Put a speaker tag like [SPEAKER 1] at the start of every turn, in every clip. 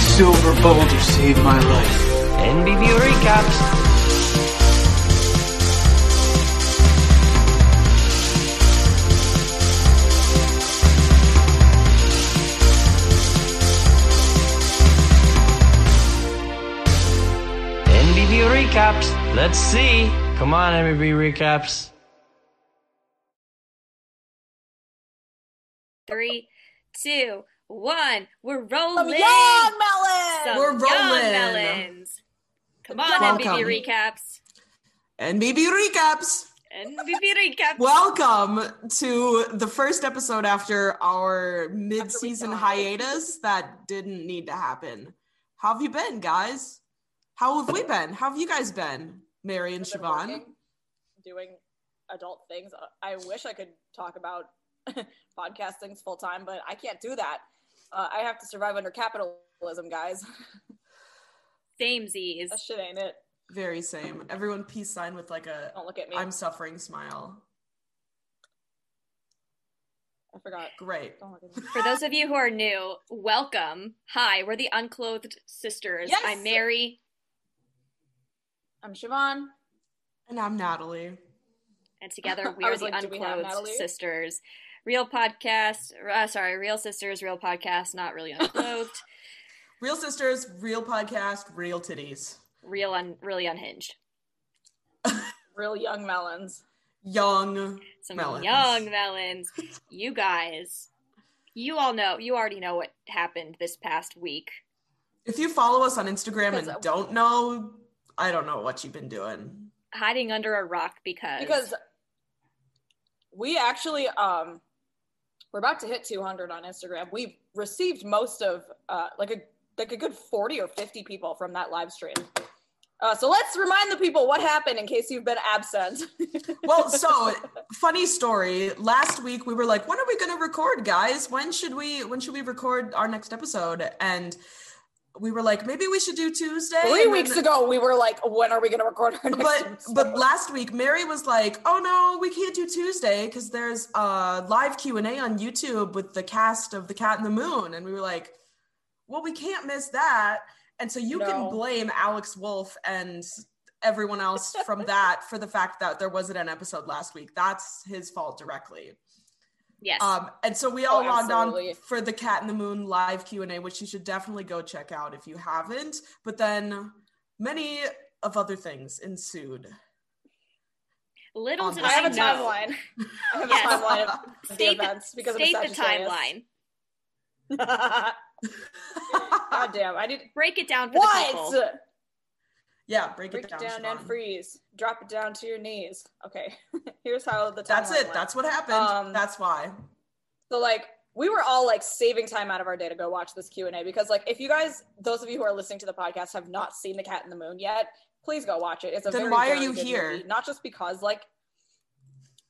[SPEAKER 1] Silver Boulder saved my life.
[SPEAKER 2] NBV recaps. NBV recaps. Let's see. Come on, NBV recaps.
[SPEAKER 3] Three, two, one. We're rolling.
[SPEAKER 4] Young melon.
[SPEAKER 3] Some
[SPEAKER 5] We're
[SPEAKER 3] young
[SPEAKER 5] rolling.
[SPEAKER 3] melons. Come on,
[SPEAKER 5] Welcome.
[SPEAKER 3] NBB recaps.
[SPEAKER 5] And maybe recaps.
[SPEAKER 3] NBB recaps.
[SPEAKER 5] Welcome to the first episode after our mid-season hiatus that didn't need to happen. How have you been, guys? How have we been? How have you guys been, Mary and
[SPEAKER 4] I've been
[SPEAKER 5] Siobhan?
[SPEAKER 4] working, doing adult things. I wish I could talk about podcast things full time, but I can't do that. Uh, I have to survive under capitalism, guys.
[SPEAKER 3] Same Z's.
[SPEAKER 4] that shit ain't it.
[SPEAKER 5] Very same. Everyone peace sign with like a
[SPEAKER 4] Don't look at me.
[SPEAKER 5] I'm suffering smile.
[SPEAKER 4] I forgot.
[SPEAKER 5] Great.
[SPEAKER 4] Don't look at me.
[SPEAKER 3] For those of you who are new, welcome. Hi, we're the Unclothed Sisters.
[SPEAKER 4] Yes!
[SPEAKER 3] I'm Mary,
[SPEAKER 4] I'm Siobhan.
[SPEAKER 5] And I'm Natalie.
[SPEAKER 3] and together we
[SPEAKER 4] I
[SPEAKER 3] are
[SPEAKER 4] was
[SPEAKER 3] the
[SPEAKER 4] like, do we have
[SPEAKER 3] Unclothed
[SPEAKER 4] Natalie?
[SPEAKER 3] Sisters. Real podcast, uh, sorry, Real Sisters, Real Podcast, not really unclothed,
[SPEAKER 5] Real sisters, real podcast, real titties.
[SPEAKER 3] real, un- really unhinged.
[SPEAKER 4] Real young melons.
[SPEAKER 5] Young.
[SPEAKER 3] some
[SPEAKER 5] Melons.
[SPEAKER 3] young melons. You guys, you all know, you already know what happened this past week.
[SPEAKER 5] If you follow us on Instagram
[SPEAKER 4] Because-
[SPEAKER 5] and don't know, I don't know what you've been doing.
[SPEAKER 3] Hiding under a rock because,
[SPEAKER 4] Because we actually um we're about to hit 200 on Instagram. We've received most of uh like a like a good 40 or 50 people from that live stream. Uh, so let's remind the people what happened in case you've been absent.
[SPEAKER 5] Well, so funny story. Last week we were like, when are we going to record, guys? When should we when should we record our next episode? And we were like, maybe we should do Tuesday.
[SPEAKER 4] Three
[SPEAKER 5] And
[SPEAKER 4] weeks
[SPEAKER 5] then-
[SPEAKER 4] ago, we were like, "When are we going to record our next?"
[SPEAKER 5] But
[SPEAKER 4] episode?
[SPEAKER 5] but last week Mary was like, "Oh no, we can't do Tuesday cuz there's a live Q&A on YouTube with the cast of The Cat in the Moon." And we were like, "Well, we can't miss that." And so you
[SPEAKER 4] No.
[SPEAKER 5] can blame Alex Wolf and everyone else from that for the fact that there wasn't an episode last week. That's his fault directly.
[SPEAKER 3] yes,
[SPEAKER 5] Um, and so we all
[SPEAKER 4] Oh,
[SPEAKER 5] logged
[SPEAKER 4] absolutely.
[SPEAKER 5] on for the Cat in the Moon live Q and A, which you should definitely go check out if you haven't. But then many of other things ensued.
[SPEAKER 3] little
[SPEAKER 5] um,
[SPEAKER 3] did
[SPEAKER 4] I
[SPEAKER 3] I
[SPEAKER 4] have a
[SPEAKER 3] know.
[SPEAKER 4] timeline. I have a
[SPEAKER 3] Yes.
[SPEAKER 4] timeline of the
[SPEAKER 3] State the,
[SPEAKER 4] events because
[SPEAKER 3] state
[SPEAKER 4] I'm a
[SPEAKER 3] the timeline.
[SPEAKER 4] timeline. God damn! I did
[SPEAKER 3] Break it down for the
[SPEAKER 4] what?
[SPEAKER 3] people.
[SPEAKER 5] yeah, break,
[SPEAKER 4] Break
[SPEAKER 5] it down.
[SPEAKER 4] and
[SPEAKER 5] Siobhan.
[SPEAKER 4] freeze. Drop it down to your knees. Okay. Here's how the
[SPEAKER 5] That's
[SPEAKER 4] timeline
[SPEAKER 5] it.
[SPEAKER 4] went.
[SPEAKER 5] That's what happened.
[SPEAKER 4] Um,
[SPEAKER 5] That's why.
[SPEAKER 4] so like we were all like saving time out of our day to go watch this Q&A because like if you guys those of you who are listening to the podcast have not seen The Cat in the Moon yet, please go watch it. It's a
[SPEAKER 5] Then
[SPEAKER 4] very,
[SPEAKER 5] why are
[SPEAKER 4] very
[SPEAKER 5] you
[SPEAKER 4] good
[SPEAKER 5] here?
[SPEAKER 4] movie. Not just because like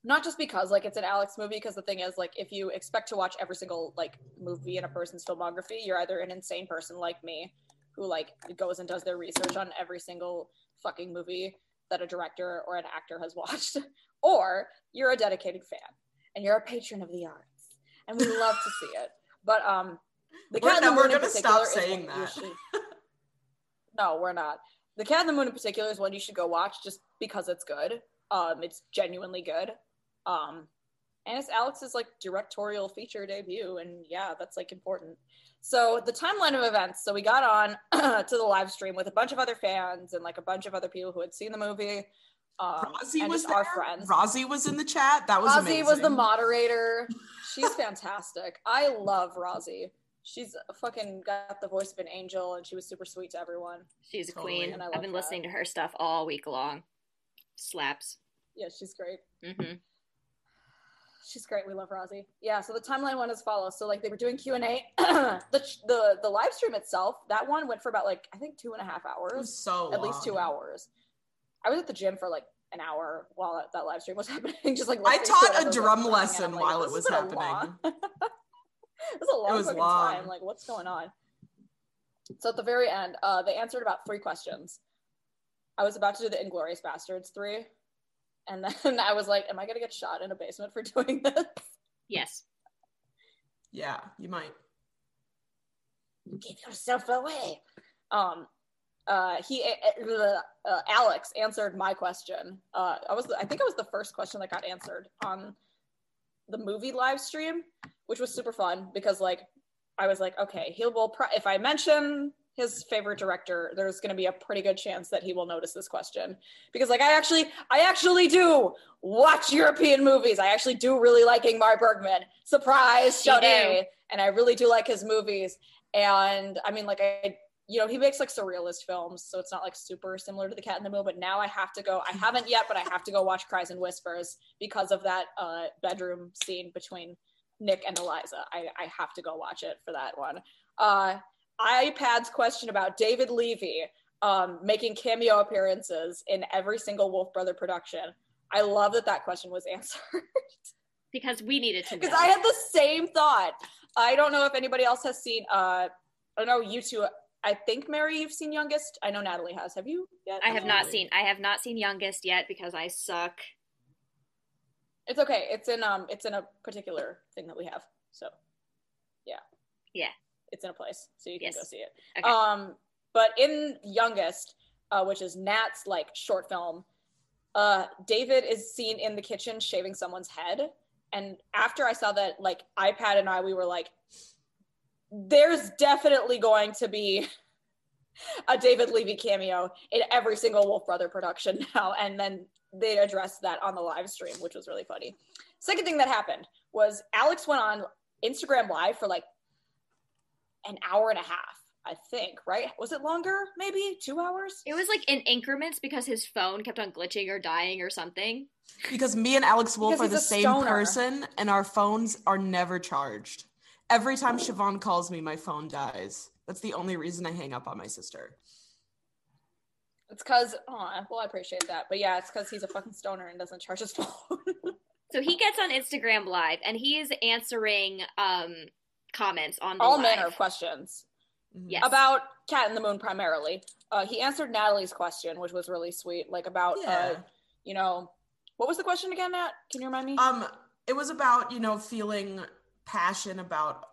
[SPEAKER 4] not just because like it's an Alex movie because the thing is like if you expect to watch every single like movie in a person's filmography, you're either an insane person like me who like goes and does their research on every single fucking movie that a director or an actor has watched, or you're a dedicated fan and you're a patron of the arts, and we love to see it. But um, the
[SPEAKER 5] We're
[SPEAKER 4] Cat in the
[SPEAKER 5] not-
[SPEAKER 4] Moon
[SPEAKER 5] we're
[SPEAKER 4] in
[SPEAKER 5] gonna
[SPEAKER 4] particular
[SPEAKER 5] stop
[SPEAKER 4] is
[SPEAKER 5] saying
[SPEAKER 4] one you
[SPEAKER 5] that.
[SPEAKER 4] should- no, we're not. The Cat in the Moon in particular is one you should go watch just because it's good. Um, it's genuinely good. Um, and it's Alex's like directorial feature debut, and yeah, that's like important. So the timeline of events. So we got on to the live stream with a bunch of other fans and like a bunch of other people who had seen the movie. Um,
[SPEAKER 5] Rozzy
[SPEAKER 4] and
[SPEAKER 5] was
[SPEAKER 4] just
[SPEAKER 5] there.
[SPEAKER 4] our friends.
[SPEAKER 5] Rozzy was in the chat. That was
[SPEAKER 4] Rozzy was the
[SPEAKER 5] amazing.
[SPEAKER 4] moderator. She's fantastic. I love Rozzy. She's fucking got the voice of an angel, and she was super sweet to everyone.
[SPEAKER 3] She's a
[SPEAKER 5] Totally.
[SPEAKER 3] queen.
[SPEAKER 4] And I
[SPEAKER 3] I've
[SPEAKER 4] love
[SPEAKER 3] been
[SPEAKER 4] that.
[SPEAKER 3] listening to her stuff all week long. Slaps.
[SPEAKER 4] Yeah, she's great.
[SPEAKER 3] hmm
[SPEAKER 4] She's great. We love Rozzy. Yeah. So the timeline went as follows. So like they were doing Q and A. the the the live stream itself, that one went for about like I think two and a half
[SPEAKER 5] It
[SPEAKER 4] hours.
[SPEAKER 5] was so
[SPEAKER 4] at least
[SPEAKER 5] long.
[SPEAKER 4] two hours. I was at the gym for like an hour while that, that live stream was happening. Just like
[SPEAKER 5] I
[SPEAKER 4] listening to it
[SPEAKER 5] taught
[SPEAKER 4] as
[SPEAKER 5] a
[SPEAKER 4] it was
[SPEAKER 5] drum
[SPEAKER 4] happening, and I'm
[SPEAKER 5] lesson
[SPEAKER 4] like,
[SPEAKER 5] while
[SPEAKER 4] this
[SPEAKER 5] it was
[SPEAKER 4] has been a
[SPEAKER 5] happening.
[SPEAKER 4] long- it was a long
[SPEAKER 5] It was
[SPEAKER 4] fucking
[SPEAKER 5] long.
[SPEAKER 4] time. Like, what's going on? So at the very end, uh, they answered about three questions. I was about to do the Inglorious Bastards three, and then I was like, "Am I gonna get shot in a basement for doing this?"
[SPEAKER 3] Yes.
[SPEAKER 5] Yeah, you might.
[SPEAKER 4] give yourself away. Um, uh, he uh, uh, Alex answered my question. Uh, I was I think it was the first question that got answered on the movie live stream, which was super fun because like I was like, okay, he will pro- if I mention his favorite director, there's going to be a pretty good chance that he will notice this question because like I actually I actually do watch European movies. I actually do really liking Mar Bergman. Surprise,
[SPEAKER 3] You do.
[SPEAKER 4] Sade. And I really do like his movies. And I mean like I you know, he makes like surrealist films, so it's not like super similar to The Cat in the Moon. But now I have to go. I haven't yet, but I have to go watch Cries and Whispers because of that uh, bedroom scene between Nick and Eliza. I, I have to go watch it for that one. Uh, iPad's question about David Levy um, making cameo appearances in every single Wolf Brother production. I love that that question was answered.
[SPEAKER 3] because we needed to know.
[SPEAKER 4] because I had the same thought. I don't know if anybody else has seen. Uh, I don't know you two. I think Mary, you've seen Youngest. I know Natalie has. Have you yet?
[SPEAKER 3] I have not
[SPEAKER 5] Absolutely.
[SPEAKER 3] seen I have not seen Youngest yet because I suck.
[SPEAKER 4] It's okay. It's in um. It's in a particular thing that we have. So, yeah.
[SPEAKER 3] Yeah.
[SPEAKER 4] It's in a place, so you can
[SPEAKER 3] Yes.
[SPEAKER 4] go see it.
[SPEAKER 3] Okay.
[SPEAKER 4] Um, but in Youngest, uh, which is Nat's like short film, uh, David is seen in the kitchen shaving someone's head. And after I saw that, like iPad and I, we were like, there's definitely going to be a David Levy cameo in every single Wolf Brother production now. And then they addressed that on the live stream, which was really funny. Second thing that happened was Alex went on Instagram Live for like an hour and a half, I think, right? Was it longer? Maybe two hours?
[SPEAKER 3] It was like in increments because his phone kept on glitching or dying or something.
[SPEAKER 5] Because me and Alex Wolf
[SPEAKER 4] Because
[SPEAKER 5] are the
[SPEAKER 4] he's a
[SPEAKER 5] same
[SPEAKER 4] stoner.
[SPEAKER 5] person, and our phones are never charged. Every time Siobhan calls me, my phone dies. That's the only reason I hang up on my sister.
[SPEAKER 4] It's because, oh, well, I appreciate that. But yeah, it's because he's a fucking stoner and doesn't charge his phone.
[SPEAKER 3] So he gets on Instagram live and he is answering um comments on the
[SPEAKER 4] All
[SPEAKER 3] live.
[SPEAKER 4] manner of questions.
[SPEAKER 5] Mhm.
[SPEAKER 3] Yes.
[SPEAKER 4] about Cat in the Moon primarily. Uh, he answered Natalie's question, which was really sweet. Like about, uh,
[SPEAKER 5] Yeah.
[SPEAKER 4] you know, what was the question again, Nat? Can you remind me?
[SPEAKER 5] Um, it was about you know feeling passion about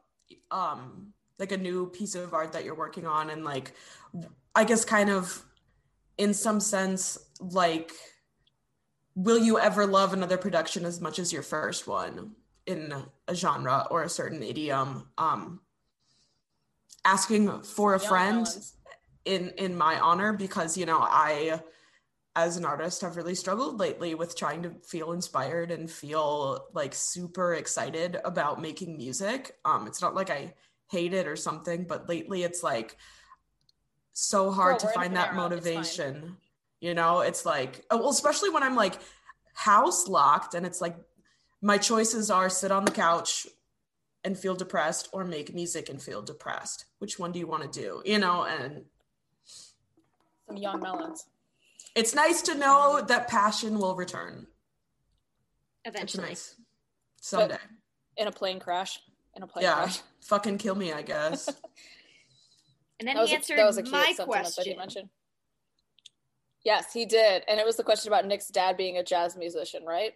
[SPEAKER 5] um like a new piece of art that you're working on, and like I guess kind of in some sense like will you ever love another production as much as your first one in a genre or a certain idiom? Um, asking for a
[SPEAKER 4] Young
[SPEAKER 5] friend
[SPEAKER 4] Melons.
[SPEAKER 5] in in my honor because you know i as an artist have really struggled lately with trying to feel inspired and feel like super excited about making music um it's not like i hate it or something but lately it's like so
[SPEAKER 4] Girl,
[SPEAKER 5] hard to
[SPEAKER 4] we're in a
[SPEAKER 5] find
[SPEAKER 4] Panera,
[SPEAKER 5] that
[SPEAKER 4] it's fine.
[SPEAKER 5] motivation you know it's like oh, well especially when i'm like house locked and it's like my choices are sit on the couch and feel depressed or make music and feel depressed which one do you want to do you know and
[SPEAKER 4] Some young melons.
[SPEAKER 5] it's nice to know that passion will return. It's
[SPEAKER 3] eventually.
[SPEAKER 5] nice. Someday.
[SPEAKER 4] In a plane crash. In a plane
[SPEAKER 5] yeah.
[SPEAKER 4] crash.
[SPEAKER 5] Fucking kill me, I guess.
[SPEAKER 3] And then
[SPEAKER 4] That was
[SPEAKER 3] he
[SPEAKER 4] a-
[SPEAKER 3] answered
[SPEAKER 4] that was a cute
[SPEAKER 3] my
[SPEAKER 4] sentiment that he
[SPEAKER 3] question.
[SPEAKER 4] mentioned. Yes, he did. And it was the question about Nick's dad being a jazz musician, right?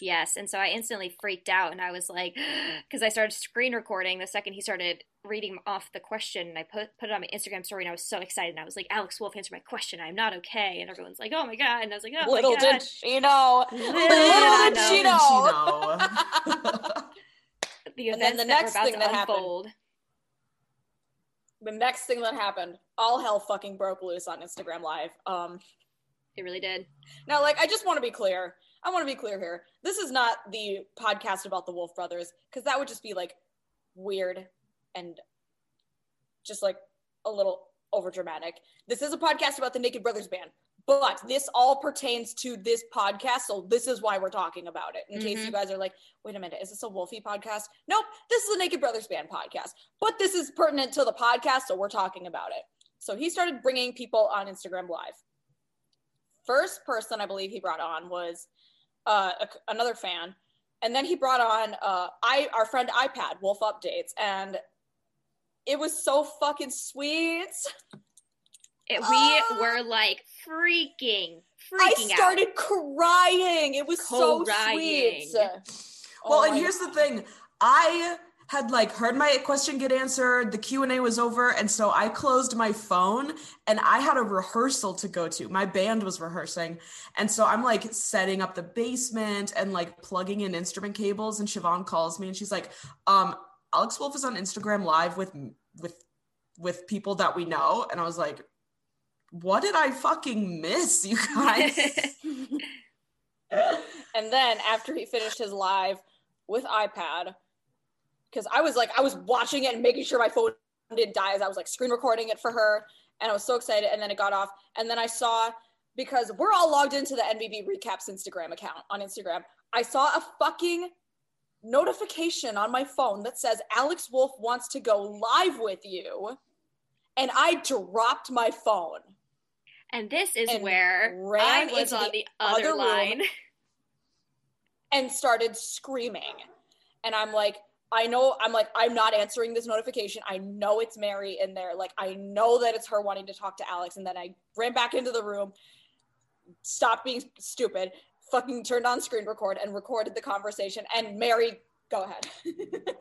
[SPEAKER 3] Yes, and so I instantly freaked out and I was like because I started screen recording the second he started reading off the question and I put put it on my Instagram story and I was so excited and I was like Alex Wolf answered my question. I'm not okay. And everyone's like, "Oh my god." And I was like, "Oh
[SPEAKER 4] Little
[SPEAKER 3] my god."
[SPEAKER 4] did she know.
[SPEAKER 5] Little
[SPEAKER 3] did
[SPEAKER 5] did
[SPEAKER 3] she
[SPEAKER 4] know.
[SPEAKER 5] know.
[SPEAKER 3] the
[SPEAKER 4] And then
[SPEAKER 3] events that
[SPEAKER 4] the
[SPEAKER 3] were
[SPEAKER 4] next
[SPEAKER 3] about
[SPEAKER 4] thing
[SPEAKER 3] to
[SPEAKER 4] that happened-
[SPEAKER 3] unfold.
[SPEAKER 4] The next thing that happened, all hell fucking broke loose on Instagram Live. Um,
[SPEAKER 3] It really did.
[SPEAKER 4] Now, like, I just want to be clear. I want to be clear here. This is not the podcast about the Wolf Brothers because that would just be like weird and just like a little over dramatic. This is a podcast about the Naked Brothers band, but this all pertains to this podcast. So this is why we're talking about it. In case
[SPEAKER 3] Mhm.
[SPEAKER 4] you guys are like, wait a minute, is this a Wolfie podcast? Nope, this is a Naked Brothers band podcast, but this is pertinent to the podcast. So we're talking about it. So he started bringing people on Instagram Live first person I believe he brought on was uh, a- another fan, and then he brought on uh, I our friend iPad Wolf Updates, and it was so fucking sweet.
[SPEAKER 3] It, we
[SPEAKER 4] Ah!
[SPEAKER 3] were like freaking,
[SPEAKER 4] I
[SPEAKER 3] freaking out.
[SPEAKER 4] started crying. It was so
[SPEAKER 3] Crying.
[SPEAKER 4] sweet.
[SPEAKER 5] well,
[SPEAKER 4] Oh
[SPEAKER 5] and
[SPEAKER 4] my
[SPEAKER 5] here's
[SPEAKER 4] God.
[SPEAKER 5] the thing. I had like heard my question get answered the q&a was over and so i closed my phone and i had a rehearsal to go to my band was rehearsing and so i'm like setting up the basement and like plugging in instrument cables and siobhan calls me and she's like um alex wolf is on instagram live with with with people that we know and i was like what did i fucking miss you guys
[SPEAKER 4] And then after he finished his live with iPad, because I was like, I was watching it and making sure my phone didn't die as I was like screen recording it for her. And I was so excited. And then it got off. And then I saw, because we're all logged into the NBB Recaps Instagram account on Instagram, I saw a fucking notification on my phone that says, Alex Wolf wants to go live with you. And I dropped my phone.
[SPEAKER 3] And this is
[SPEAKER 4] And
[SPEAKER 3] where
[SPEAKER 4] ran
[SPEAKER 3] I was
[SPEAKER 4] into
[SPEAKER 3] on
[SPEAKER 4] the
[SPEAKER 3] the other,
[SPEAKER 4] other room.
[SPEAKER 3] line.
[SPEAKER 4] and started screaming. And I'm like, I know, I'm like, I'm not answering this notification. I know it's Mary in there. Like, I know that it's her wanting to talk to Alex. And then I ran back into the room, stopped being stupid, fucking turned on screen record and recorded the conversation. And Mary, go ahead.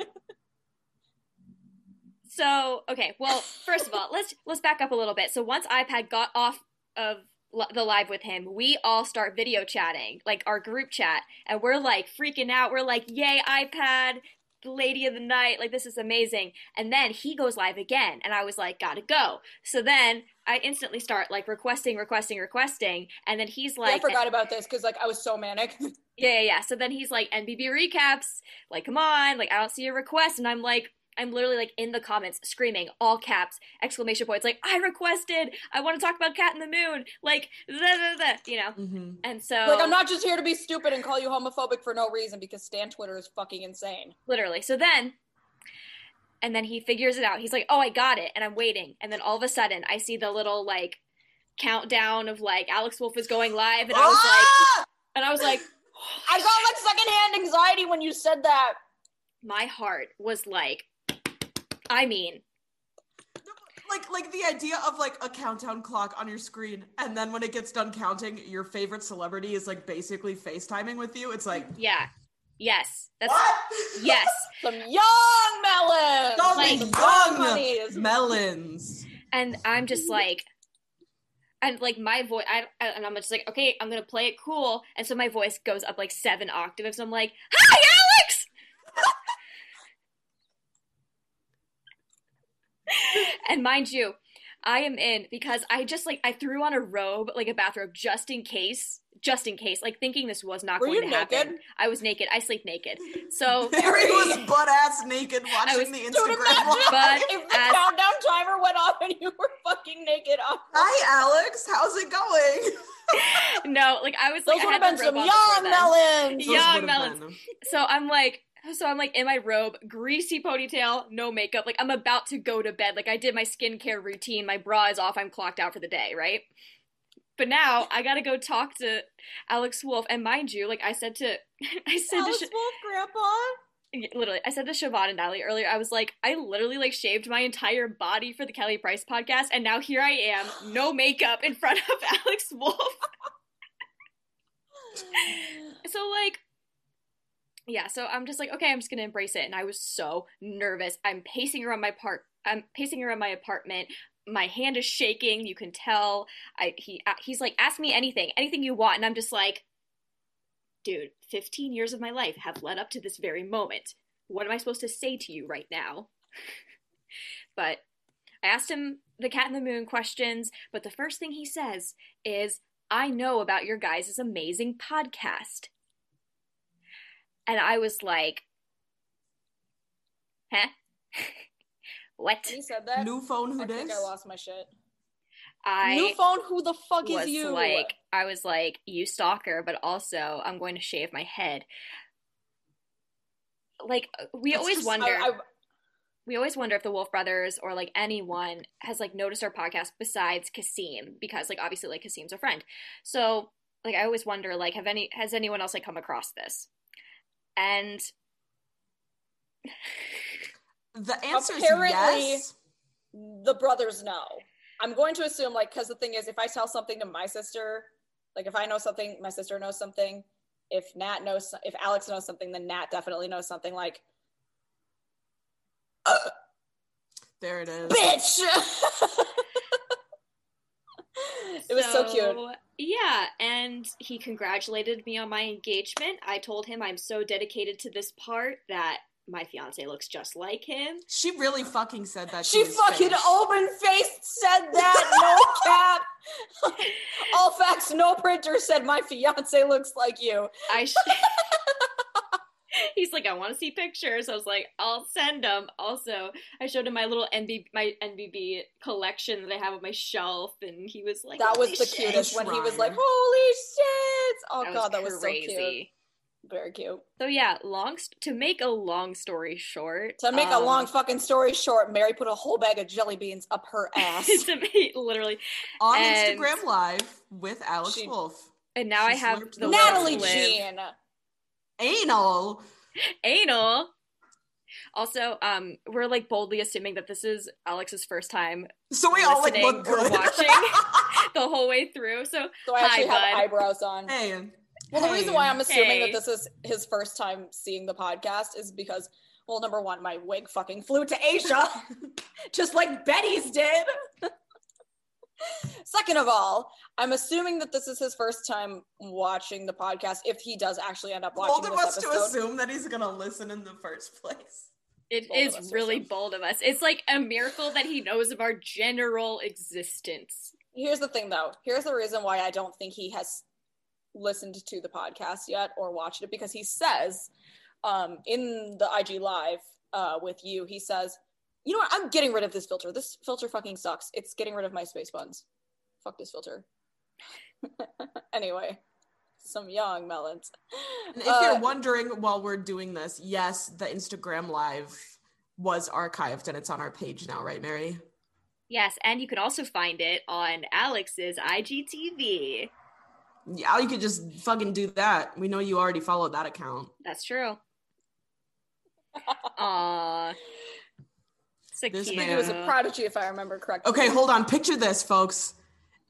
[SPEAKER 3] So okay, well, first of all, let's let's back up a little bit. So once iPad got off of li- the live with him, we all start video chatting, like our group chat, and we're like freaking out. We're like, "Yay, iPad! The lady of the night! Like this is amazing!" And then he goes live again, and I was like, "Gotta go!" So then I instantly start like requesting, requesting, requesting, and then he's
[SPEAKER 4] I
[SPEAKER 3] like,
[SPEAKER 4] forgot about this because, like, I was so manic.
[SPEAKER 3] yeah, yeah, yeah. So then he's like, NBB recaps, like, come on, like, I don't see a request. And I'm like, I'm literally like in the comments screaming, all caps, exclamation points, like, I requested, I want to talk about Cat in the Moon, like, da, da, da, you know?
[SPEAKER 5] Mhm.
[SPEAKER 3] And so,
[SPEAKER 4] like, I'm not just here to be stupid and call you homophobic for no reason because Stan Twitter is fucking insane.
[SPEAKER 3] literally. So then, and then he figures it out. He's like, oh, I got it. And I'm waiting. And then all of a sudden, I see the little like countdown of like, Alex Wolf is going live. And I was like,
[SPEAKER 5] Ah!
[SPEAKER 3] and I was like,
[SPEAKER 4] I got like secondhand anxiety when you said that.
[SPEAKER 3] my heart was like, I mean,
[SPEAKER 5] like like the idea of like a countdown clock on your screen and then when it gets done counting your favorite celebrity is like basically facetiming with you it's like
[SPEAKER 3] yeah, yes, that's
[SPEAKER 5] what
[SPEAKER 3] yes
[SPEAKER 4] Some young melons.
[SPEAKER 5] Some
[SPEAKER 3] Like,
[SPEAKER 5] young
[SPEAKER 4] monies.
[SPEAKER 5] melons
[SPEAKER 3] and i'm just like and like my voice I, I- and i'm just like okay i'm gonna play it cool and so my voice goes up like seven octaves i'm like hi alex and mind you i am in because i just like i threw on a robe like a bathrobe just in case just in case like thinking this was not
[SPEAKER 4] Were
[SPEAKER 3] going
[SPEAKER 4] you
[SPEAKER 3] to happen
[SPEAKER 4] naked?
[SPEAKER 3] i was naked i sleep naked so
[SPEAKER 5] Mary was butt ass naked watching
[SPEAKER 3] was-
[SPEAKER 5] the
[SPEAKER 4] Dude,
[SPEAKER 5] Instagram.
[SPEAKER 4] imagine
[SPEAKER 5] live.
[SPEAKER 3] But
[SPEAKER 4] if the
[SPEAKER 3] as-
[SPEAKER 4] countdown timer went off and you were fucking naked. Oh,
[SPEAKER 5] Hi, Alex. How's it going?
[SPEAKER 3] no like i was
[SPEAKER 4] those
[SPEAKER 3] like i
[SPEAKER 4] would
[SPEAKER 3] had
[SPEAKER 4] have
[SPEAKER 3] the
[SPEAKER 4] been some
[SPEAKER 3] robe on before
[SPEAKER 4] young
[SPEAKER 3] then.
[SPEAKER 4] melons.
[SPEAKER 3] Yeah,
[SPEAKER 5] Those would've
[SPEAKER 3] melons.
[SPEAKER 5] been.
[SPEAKER 3] So I'm like, so I'm like in my robe, greasy ponytail, no makeup. Like I'm about to go to bed. Like I did my skincare routine. My bra is off. I'm clocked out for the day, right? But now I gotta go talk to Alex Wolf. And mind you, like I said to, I said
[SPEAKER 4] Alice
[SPEAKER 3] to,
[SPEAKER 4] Wolf, Grandpa.
[SPEAKER 3] Sh- literally, I said to Siobhan and Natalie earlier. I was like, I literally like shaved my entire body for the Kelly Price podcast, and now here I am, no makeup, in front of Alex Wolf. So like yeah, so I'm just like, okay, I'm just gonna embrace it. And I was so nervous. I'm pacing around my park. I'm pacing around my apartment. My hand is shaking. You can tell. I he uh, he's like, ask me anything, anything you want, and I'm just like, dude, 15 years of my life have led up to this very moment. What am I supposed to say to you right now? but I asked him the cat in the moon questions, but the first thing he says is, I know about your guys' amazing podcast. And I was like, huh? what?
[SPEAKER 4] He said that.
[SPEAKER 5] New phone, who
[SPEAKER 4] I think
[SPEAKER 5] dis?
[SPEAKER 4] I lost my shit.
[SPEAKER 3] I
[SPEAKER 4] New phone. Who the fuck
[SPEAKER 3] was
[SPEAKER 4] is you?
[SPEAKER 3] like, I was like, you stalker, but also I'm going to shave my head. Like we
[SPEAKER 5] That's
[SPEAKER 3] always
[SPEAKER 5] just-
[SPEAKER 3] wonder.
[SPEAKER 4] I, I-
[SPEAKER 3] we always wonder if the Wolf Brothers or like anyone has like noticed our podcast besides Kasim because like obviously like Kasim's a friend. So like I always wonder like have any has anyone else like come across this? And
[SPEAKER 5] The answer is
[SPEAKER 4] Apparently-
[SPEAKER 5] yes.
[SPEAKER 4] the brothers know. I'm going to assume, like, because the thing is, if I tell something to my sister, like, if I know something, my sister knows something. If Nat knows, if Alex knows something, then Nat definitely knows something. Like,
[SPEAKER 5] There it is.
[SPEAKER 4] bitch. it was so cute.
[SPEAKER 3] Yeah, and he congratulated me on my engagement. I told him I'm so dedicated to this part that my fiance looks just like him.
[SPEAKER 5] She really fucking said that. to
[SPEAKER 4] She
[SPEAKER 5] his
[SPEAKER 4] fucking
[SPEAKER 5] face.
[SPEAKER 4] open faced said that. No cap. All facts, no printer said my fiance looks like you.
[SPEAKER 3] I sh- He's like, I want to see pictures. I was like, I'll send them. Also, I showed him my little NB my NBB collection that I have on my shelf, and he was like,
[SPEAKER 4] That was
[SPEAKER 3] "Holy
[SPEAKER 4] the
[SPEAKER 3] shit."
[SPEAKER 4] cutest when he was like,
[SPEAKER 5] Shrine.
[SPEAKER 4] holy shit. Oh,
[SPEAKER 3] That
[SPEAKER 4] God, that was so cute.
[SPEAKER 3] crazy.
[SPEAKER 4] Very cute.
[SPEAKER 3] So yeah, long st- to make a long story short.
[SPEAKER 4] To make a
[SPEAKER 3] um,
[SPEAKER 4] long fucking story short, Mary put a whole bag of jelly beans up her ass.
[SPEAKER 3] to make, literally,
[SPEAKER 5] on
[SPEAKER 3] and-
[SPEAKER 5] Instagram Live with Alex
[SPEAKER 4] She-
[SPEAKER 5] Wolf.
[SPEAKER 3] and now
[SPEAKER 5] She
[SPEAKER 3] I have
[SPEAKER 5] slurped
[SPEAKER 3] the
[SPEAKER 5] the
[SPEAKER 3] will
[SPEAKER 4] Natalie
[SPEAKER 3] to live.
[SPEAKER 4] Jean.
[SPEAKER 5] Anal.
[SPEAKER 3] anal. Also, um, we're like boldly assuming that this is Alex's first time
[SPEAKER 5] So we all like
[SPEAKER 3] Listening
[SPEAKER 5] look
[SPEAKER 3] or
[SPEAKER 5] good.
[SPEAKER 3] watching. the whole way through. So
[SPEAKER 4] So I
[SPEAKER 3] Hi,
[SPEAKER 4] actually have
[SPEAKER 3] bud.
[SPEAKER 4] eyebrows on.
[SPEAKER 5] hey.
[SPEAKER 4] Well, the
[SPEAKER 5] hey.
[SPEAKER 4] reason why I'm assuming
[SPEAKER 3] Hey.
[SPEAKER 4] that this is his first time seeing the podcast is because, well, number one, my wig fucking flew to Asia, just like Betty's did. Second of all, I'm assuming that this is his first time watching the podcast. If he does actually end up watching
[SPEAKER 5] bold of
[SPEAKER 4] this
[SPEAKER 5] us to
[SPEAKER 4] episode,
[SPEAKER 5] assume that he's gonna listen in the first place.
[SPEAKER 3] it
[SPEAKER 4] Bold of
[SPEAKER 3] is
[SPEAKER 4] us or
[SPEAKER 3] really
[SPEAKER 4] something.
[SPEAKER 3] bold of us. It's like a miracle that he knows of our general existence.
[SPEAKER 4] here's the thing, though. Here's the reason why I don't think he has listened to the podcast yet or watched it because he says um, in the IG live uh, with you, he says, "You know what? I'm getting rid of this filter. This filter fucking sucks. It's getting rid of my space buns. Fuck this filter." anyway, some young melons.
[SPEAKER 5] And if
[SPEAKER 4] Uh,
[SPEAKER 5] you're wondering while we're doing this, yes, the Instagram Live was archived and it's on our page now, right, Mary?
[SPEAKER 3] Yes, and you can also find it on Alex's IGTV.
[SPEAKER 5] Yeah, you could just fucking do that. We know you already followed that account.
[SPEAKER 3] That's true. Aw. So
[SPEAKER 5] This
[SPEAKER 3] cute.
[SPEAKER 5] man
[SPEAKER 4] it was a prodigy, if I remember correctly.
[SPEAKER 5] Okay, hold on. Picture this, folks.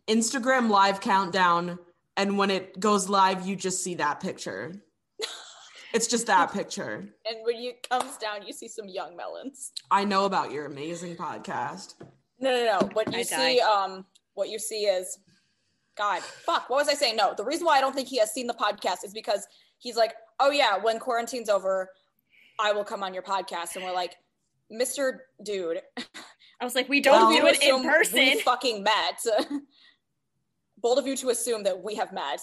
[SPEAKER 5] Instagram live countdown, and when it goes live, you just see that picture. it's just that picture.
[SPEAKER 4] and when you comes down, you see some young melons.
[SPEAKER 5] I know about your amazing podcast.
[SPEAKER 4] No, no, no. What you
[SPEAKER 3] I
[SPEAKER 4] see, um, what you see is, God, fuck. What was I saying? No, the reason why I don't think he has seen the podcast is because he's like, oh yeah, when quarantine's over, I will come on your podcast, and we're like, Mister Dude,
[SPEAKER 3] I was like, we
[SPEAKER 4] bold
[SPEAKER 3] don't
[SPEAKER 4] of you
[SPEAKER 3] do
[SPEAKER 4] to
[SPEAKER 3] it in
[SPEAKER 4] assume We
[SPEAKER 3] person.
[SPEAKER 4] fucking met. bold of you to assume that we have met.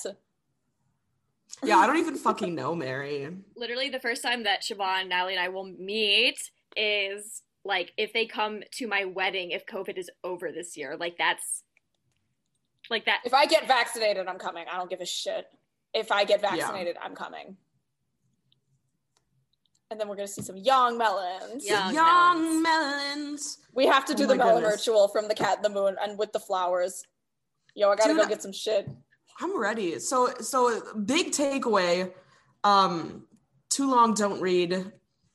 [SPEAKER 5] Yeah, I don't even fucking know Mary.
[SPEAKER 3] literally the first time that Siobhan, Natalie, and I will meet is like if they come to my wedding if COVID is over this year. Like that's like that.
[SPEAKER 4] If I get vaccinated, I'm coming. I don't give a shit. If I get vaccinated, I'm coming. And then we're gonna see some young melons.
[SPEAKER 3] Young melons.
[SPEAKER 5] Young melons.
[SPEAKER 4] We have to
[SPEAKER 5] Oh
[SPEAKER 4] do
[SPEAKER 5] my
[SPEAKER 4] the melon
[SPEAKER 5] goodness.
[SPEAKER 4] ritual from the cat in the moon and with the flowers. Yo, I gotta
[SPEAKER 5] Dude,
[SPEAKER 4] go get some shit.
[SPEAKER 5] I'm ready. So so big takeaway. Um too long don't read.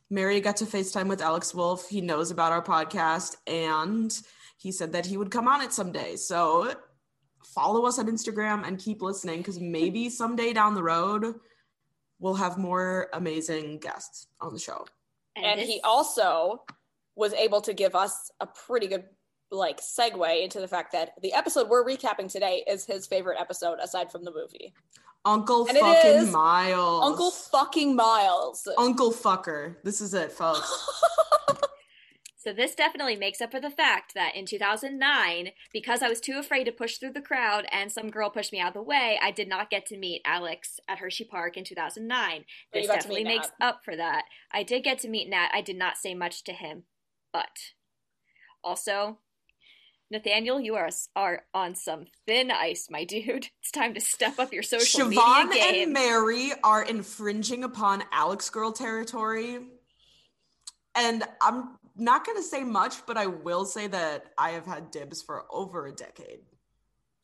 [SPEAKER 5] Mary got to FaceTime with Alex Wolf. He knows about our podcast and he said that he would come on it someday. So follow us on Instagram and keep listening because maybe someday down the road we'll have more amazing guests on the show.
[SPEAKER 4] And he
[SPEAKER 3] this-
[SPEAKER 4] also was able to give us a pretty good like segue into the fact that the episode we're recapping today is his favorite episode aside from the movie.
[SPEAKER 5] Uncle
[SPEAKER 4] And it is
[SPEAKER 5] fucking Miles.
[SPEAKER 4] Uncle fucking Miles.
[SPEAKER 5] Uncle fucker. This is it, folks.
[SPEAKER 3] So this definitely makes up for the fact that in 2009, because I was too afraid to push through the crowd and some girl pushed me out of the way, I did not get to meet Alex at Hershey Park in 2009.
[SPEAKER 4] But Oh, you
[SPEAKER 3] This
[SPEAKER 4] got to
[SPEAKER 3] definitely
[SPEAKER 4] meet
[SPEAKER 3] makes up for that. I did get to meet Nat. I did not say much to him, but also, Nathaniel, you are are on some thin ice, my dude. It's time to step up your social
[SPEAKER 5] Siobhan
[SPEAKER 3] media game.
[SPEAKER 5] and Mary are infringing upon Alex girl territory. And I'm not going to say much, but I will say that I have had dibs for over a decade.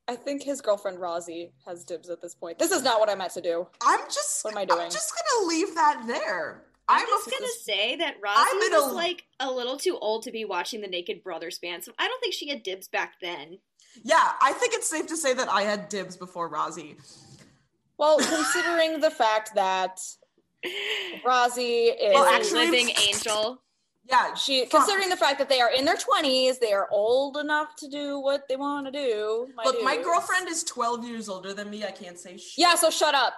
[SPEAKER 4] I think his girlfriend Rosie has dibs at this point. This is not what I meant to do.
[SPEAKER 5] I'm just
[SPEAKER 4] What am I
[SPEAKER 5] I'm
[SPEAKER 4] doing?
[SPEAKER 5] just going to leave that there.
[SPEAKER 3] I'm,
[SPEAKER 5] a-
[SPEAKER 3] just gonna say that
[SPEAKER 5] I'm
[SPEAKER 3] Rosie
[SPEAKER 5] in
[SPEAKER 3] was
[SPEAKER 5] a-
[SPEAKER 3] like a little too old to be watching the Naked Brothers band, so I don't think she had dibs back then.
[SPEAKER 5] Yeah, I think it's safe to say that I had dibs before Rosie.
[SPEAKER 4] Well, considering the fact that Rosie is
[SPEAKER 5] Well,
[SPEAKER 3] It's a
[SPEAKER 5] actually-
[SPEAKER 3] living angel.
[SPEAKER 5] Yeah,
[SPEAKER 4] She,
[SPEAKER 5] Fuck.
[SPEAKER 4] considering the fact that they are in their twenties, they are old enough to do what they want to do.
[SPEAKER 5] look, my
[SPEAKER 4] dudes.
[SPEAKER 5] girlfriend is 12 years older than me. I can't say shit.
[SPEAKER 4] Yeah, so shut up,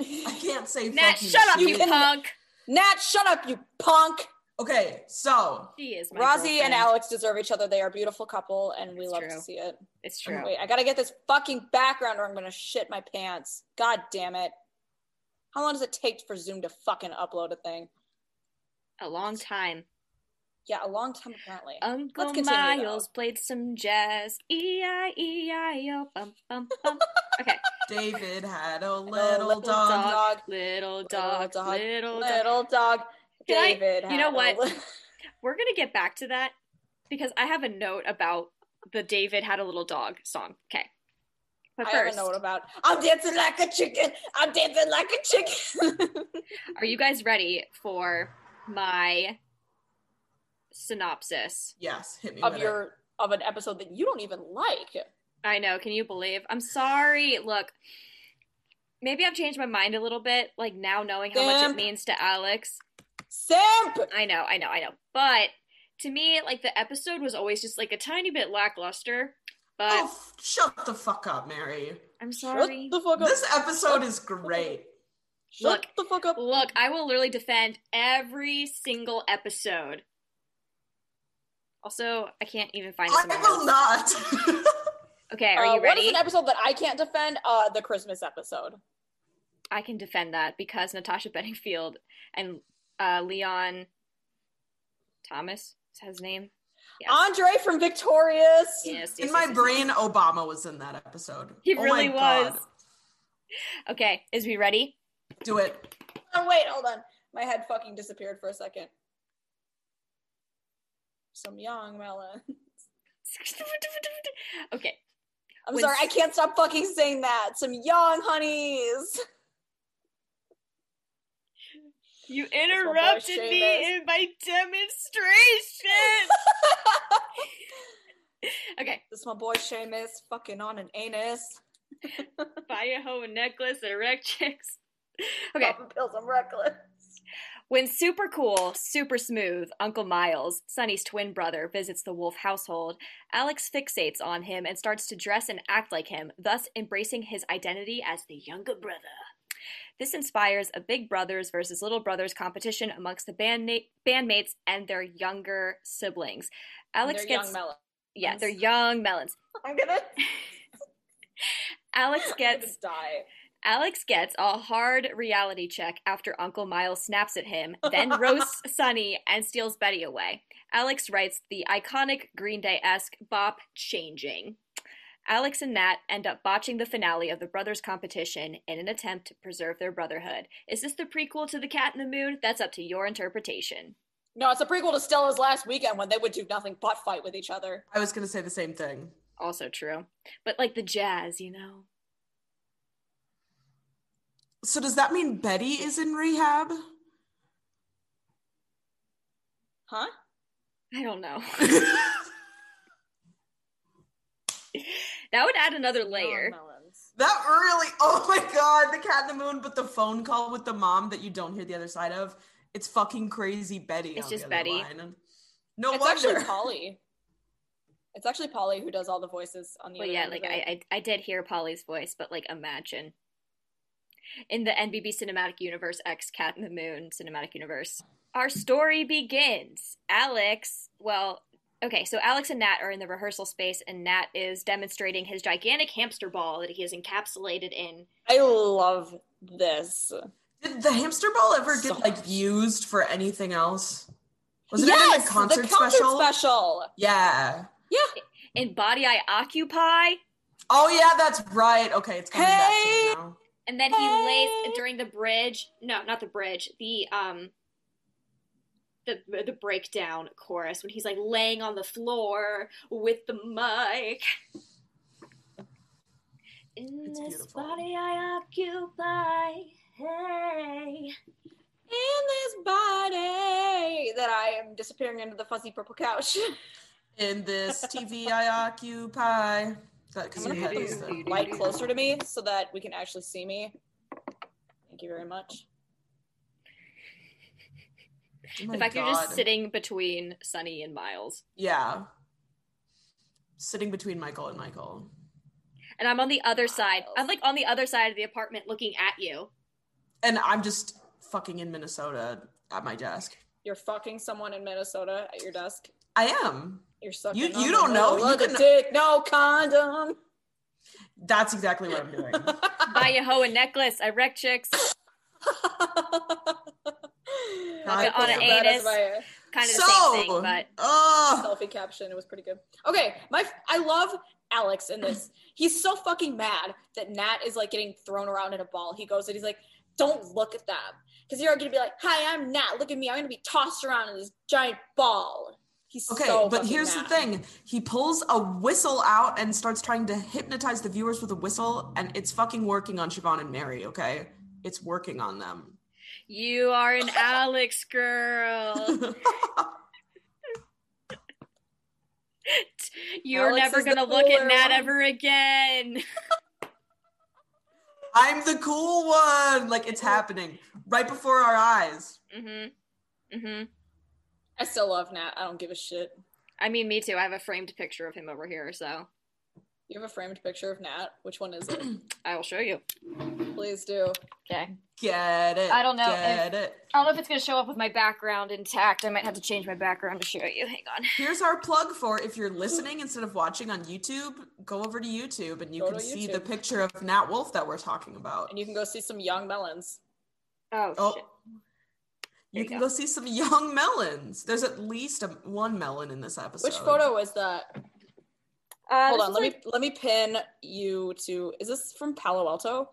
[SPEAKER 5] I can't say
[SPEAKER 3] Nat,
[SPEAKER 5] fuck you,
[SPEAKER 3] shut up,
[SPEAKER 5] shit.
[SPEAKER 3] you punk.
[SPEAKER 4] Nat. Shut up, you punk.
[SPEAKER 5] Okay, so
[SPEAKER 3] She is my
[SPEAKER 4] Rosie and
[SPEAKER 3] girlfriend.
[SPEAKER 4] Alex deserve each other. They are a beautiful couple, and we
[SPEAKER 3] It's
[SPEAKER 4] love
[SPEAKER 3] true.
[SPEAKER 4] to see it.
[SPEAKER 3] It's true.
[SPEAKER 4] Oh, Wait, I gotta get this fucking background, or I'm gonna shit my pants. God damn it! How long does it take for Zoom to fucking upload a thing?
[SPEAKER 3] A long time.
[SPEAKER 4] Yeah, a long time apparently.
[SPEAKER 3] Uncle
[SPEAKER 4] Let's continue, though.
[SPEAKER 3] Miles played some jazz. E I E I O. Bum bum bum. Okay.
[SPEAKER 5] David had a little
[SPEAKER 4] little
[SPEAKER 5] dog.
[SPEAKER 4] dog.
[SPEAKER 3] Little dog.
[SPEAKER 4] dog.
[SPEAKER 3] Little dog.
[SPEAKER 4] Little dog.
[SPEAKER 3] Can I-
[SPEAKER 4] David.
[SPEAKER 3] you know
[SPEAKER 4] had a
[SPEAKER 3] what?
[SPEAKER 4] little-
[SPEAKER 3] We're gonna get back to that because I have a note about the David had a little dog song. Okay. But
[SPEAKER 4] I
[SPEAKER 3] first,
[SPEAKER 4] don't know about. I'm dancing like a chicken. I'm dancing like a chicken.
[SPEAKER 3] are you guys ready for my synopsis?
[SPEAKER 5] Yes, hit me
[SPEAKER 4] of
[SPEAKER 5] with it.
[SPEAKER 4] your of an episode that you don't even like.
[SPEAKER 3] I know. Can you believe? I'm sorry. Look, maybe I've changed my mind a little bit. Like now, knowing how much it
[SPEAKER 4] Simp.
[SPEAKER 3] means to Alex.
[SPEAKER 4] Simp.
[SPEAKER 3] I know, I know, I know. But to me, like the episode was always just like a tiny bit lackluster. But
[SPEAKER 5] Oh, f- shut the fuck up, Mary.
[SPEAKER 3] I'm
[SPEAKER 4] Shut
[SPEAKER 3] sorry.
[SPEAKER 4] the fuck up.
[SPEAKER 5] This episode is great.
[SPEAKER 4] Shut the fuck up.
[SPEAKER 3] Look, I will literally defend every single episode. Also, I can't even find
[SPEAKER 5] I
[SPEAKER 3] it.
[SPEAKER 5] will not.
[SPEAKER 3] Okay, are
[SPEAKER 4] Uh,
[SPEAKER 3] you
[SPEAKER 4] What
[SPEAKER 3] ready?
[SPEAKER 4] is an episode that I can't defend? Uh, the Christmas episode.
[SPEAKER 3] I can defend that because Natasha Bedingfield and uh, Leon Thomas is that his name. Yes.
[SPEAKER 4] Andre from Victorious.
[SPEAKER 3] Yes, yes,
[SPEAKER 5] In
[SPEAKER 3] yes,
[SPEAKER 5] my
[SPEAKER 3] yes,
[SPEAKER 5] brain, Obama was in that episode.
[SPEAKER 3] He
[SPEAKER 5] Oh my
[SPEAKER 3] really was.
[SPEAKER 5] God.
[SPEAKER 3] Okay, is we ready?
[SPEAKER 5] Do it.
[SPEAKER 4] Oh wait, hold on. My head fucking disappeared for a second. Some young melon.
[SPEAKER 3] okay.
[SPEAKER 4] I'm
[SPEAKER 3] When
[SPEAKER 4] sorry, I
[SPEAKER 3] s-
[SPEAKER 4] can't stop fucking saying that. Some young honeys.
[SPEAKER 3] You
[SPEAKER 4] my boy
[SPEAKER 3] interrupted me
[SPEAKER 4] Seamus.
[SPEAKER 3] in my demonstration. okay,
[SPEAKER 4] This my boy Seamus fucking on an anus.
[SPEAKER 3] buy a hoe and necklace and erect chicks. Okay,
[SPEAKER 4] Popping pills, I'm reckless.
[SPEAKER 3] when super cool, super smooth Uncle Miles, Sonny's twin brother, visits the Wolf household, Alex fixates on him and starts to dress and act like him, thus embracing his identity as the younger brother. This inspires a big brothers versus little brothers competition amongst the bandna- bandmates and their younger siblings. Alex
[SPEAKER 4] They're
[SPEAKER 3] gets
[SPEAKER 4] young melon.
[SPEAKER 3] Yeah,
[SPEAKER 4] Melons.
[SPEAKER 3] they're young melons.
[SPEAKER 4] I'm gonna
[SPEAKER 3] Alex
[SPEAKER 4] I'm
[SPEAKER 3] gets
[SPEAKER 4] gonna die.
[SPEAKER 3] Alex gets a hard reality check after Uncle Miles snaps at him, then roasts Sonny and steals Betty away. Alex writes the iconic Green Day-esque bop changing. Alex and Nat end up botching the finale of the brothers competition in an attempt to preserve their brotherhood. Is this the prequel to The Cat in the Moon? That's up to your interpretation.
[SPEAKER 4] No, it's a prequel to Stella's last weekend when they would do nothing but fight with each other.
[SPEAKER 5] I was going to say the same thing.
[SPEAKER 3] Also true. But like the jazz, you know.
[SPEAKER 5] So does that mean Betty is in rehab?
[SPEAKER 4] Huh?
[SPEAKER 3] I don't know. That would add another layer.
[SPEAKER 4] Young melons.
[SPEAKER 5] That really, oh my god, the cat in the moon, but the phone call with the mom that you don't hear the other side of. It's fucking crazy Betty.
[SPEAKER 3] It's
[SPEAKER 5] on
[SPEAKER 3] just
[SPEAKER 5] the other
[SPEAKER 3] Betty.
[SPEAKER 5] line. No
[SPEAKER 4] It's
[SPEAKER 5] wonder.
[SPEAKER 4] actually Polly. It's actually Polly who does all the voices on the.
[SPEAKER 3] Well,
[SPEAKER 4] other
[SPEAKER 3] yeah,
[SPEAKER 4] end of
[SPEAKER 3] like
[SPEAKER 4] it.
[SPEAKER 3] I, I, I did hear Polly's voice, but like imagine in the NBB Cinematic Universe X Cat in the Moon Cinematic Universe. Our story begins. Alex, well, okay, so Alex and Nat are in the rehearsal space, and Nat is demonstrating his gigantic hamster ball that he is encapsulated in.
[SPEAKER 4] I love this.
[SPEAKER 5] Did the hamster ball ever get
[SPEAKER 4] So-
[SPEAKER 5] like used for anything else? Was it in
[SPEAKER 4] yes,
[SPEAKER 5] the concert,
[SPEAKER 4] the concert
[SPEAKER 5] special?
[SPEAKER 4] special.
[SPEAKER 5] Yeah.
[SPEAKER 3] In Body I Occupy,
[SPEAKER 5] Oh yeah, that's right. Okay, it's coming
[SPEAKER 4] Hey!
[SPEAKER 5] back to me now.
[SPEAKER 3] and then he lays
[SPEAKER 4] Hey.
[SPEAKER 3] during the bridge. No, not the bridge. The um. The, the breakdown chorus when he's like laying on the floor with the mic. In
[SPEAKER 5] It's
[SPEAKER 3] this
[SPEAKER 5] beautiful.
[SPEAKER 3] body I occupy, hey.
[SPEAKER 4] In this body that I am disappearing into the fuzzy purple couch.
[SPEAKER 5] In this TV I occupy. That
[SPEAKER 4] I'm
[SPEAKER 5] because
[SPEAKER 4] gonna
[SPEAKER 5] your head
[SPEAKER 4] put
[SPEAKER 5] is
[SPEAKER 4] the
[SPEAKER 5] the
[SPEAKER 4] light closer to me so that we can actually see me. Thank you very much.
[SPEAKER 5] Oh my
[SPEAKER 3] the fact you're just
[SPEAKER 5] God.
[SPEAKER 3] sitting between Sunny and Miles.
[SPEAKER 5] Yeah. Sitting between Michael and Michael.
[SPEAKER 3] And I'm on the other side.
[SPEAKER 4] Miles.
[SPEAKER 3] I'm like on the other side of the apartment looking at you.
[SPEAKER 5] And I'm just fucking in Minnesota at my desk.
[SPEAKER 4] You're fucking someone in Minnesota at your desk.
[SPEAKER 5] I am.
[SPEAKER 4] You're sucking.
[SPEAKER 5] You-
[SPEAKER 4] on
[SPEAKER 5] you
[SPEAKER 4] the
[SPEAKER 5] don't know.
[SPEAKER 4] middle
[SPEAKER 5] You
[SPEAKER 4] of the
[SPEAKER 5] can-
[SPEAKER 4] dick. No condom.
[SPEAKER 5] That's exactly what I'm doing.
[SPEAKER 3] Buy a hoe and necklace. I wreck chicks.
[SPEAKER 5] Like
[SPEAKER 3] on an
[SPEAKER 4] That is
[SPEAKER 3] anus.
[SPEAKER 4] my-
[SPEAKER 3] Kind of the
[SPEAKER 5] so,
[SPEAKER 3] same thing, but
[SPEAKER 5] oh,
[SPEAKER 4] selfie caption. It was pretty good. Okay, my I love Alex in this. He's so fucking mad that Nat is like getting thrown around in a ball. He goes and he's like, "Don't look at them," because you're gonna be like, "Hi, I'm Nat. Look at me. I'm gonna be tossed around in this giant ball." He's
[SPEAKER 5] okay.
[SPEAKER 4] so
[SPEAKER 5] but
[SPEAKER 4] fucking
[SPEAKER 5] here's the
[SPEAKER 4] mad.
[SPEAKER 5] thing: he pulls a whistle out and starts trying to hypnotize the viewers with a whistle, and it's fucking working on Siobhan and Mary. Okay, it's working on them.
[SPEAKER 3] you are an Alex girl. You're
[SPEAKER 4] Alex
[SPEAKER 3] never
[SPEAKER 4] is the
[SPEAKER 3] gonna look at
[SPEAKER 4] cooler
[SPEAKER 3] Nat
[SPEAKER 4] one.
[SPEAKER 3] ever again.
[SPEAKER 5] I'm the cool one. Like it's happening right before our eyes.
[SPEAKER 3] Mm-hmm. Mm-hmm.
[SPEAKER 4] I still love Nat. I don't give a shit.
[SPEAKER 3] I mean, me too. I have a framed picture of him over here, so
[SPEAKER 4] You have a framed picture of Nat. Which one is it?
[SPEAKER 3] I will show you.
[SPEAKER 4] Please do.
[SPEAKER 3] Okay.
[SPEAKER 5] Get it?
[SPEAKER 3] I don't know
[SPEAKER 5] Get it?
[SPEAKER 3] I don't know if it's gonna show up with my background intact. I might have to change my background to show you. Hang on.
[SPEAKER 5] Here's our plug for if you're listening instead of watching on YouTube, go over to YouTube and you
[SPEAKER 4] Go
[SPEAKER 5] can
[SPEAKER 4] to
[SPEAKER 5] see
[SPEAKER 4] YouTube.
[SPEAKER 5] the picture of Nat Wolf that we're talking about.
[SPEAKER 4] And you can go see some young melons.
[SPEAKER 3] Oh,
[SPEAKER 5] Oh,
[SPEAKER 3] shit.
[SPEAKER 5] you
[SPEAKER 3] you
[SPEAKER 5] can
[SPEAKER 3] go.
[SPEAKER 5] go see some young melons. There's at least a, one melon in this episode.
[SPEAKER 4] Which photo is that?
[SPEAKER 3] Uh, this
[SPEAKER 4] Hold on.
[SPEAKER 3] is like-
[SPEAKER 4] Let me let me pin you to. Is this from Palo Alto?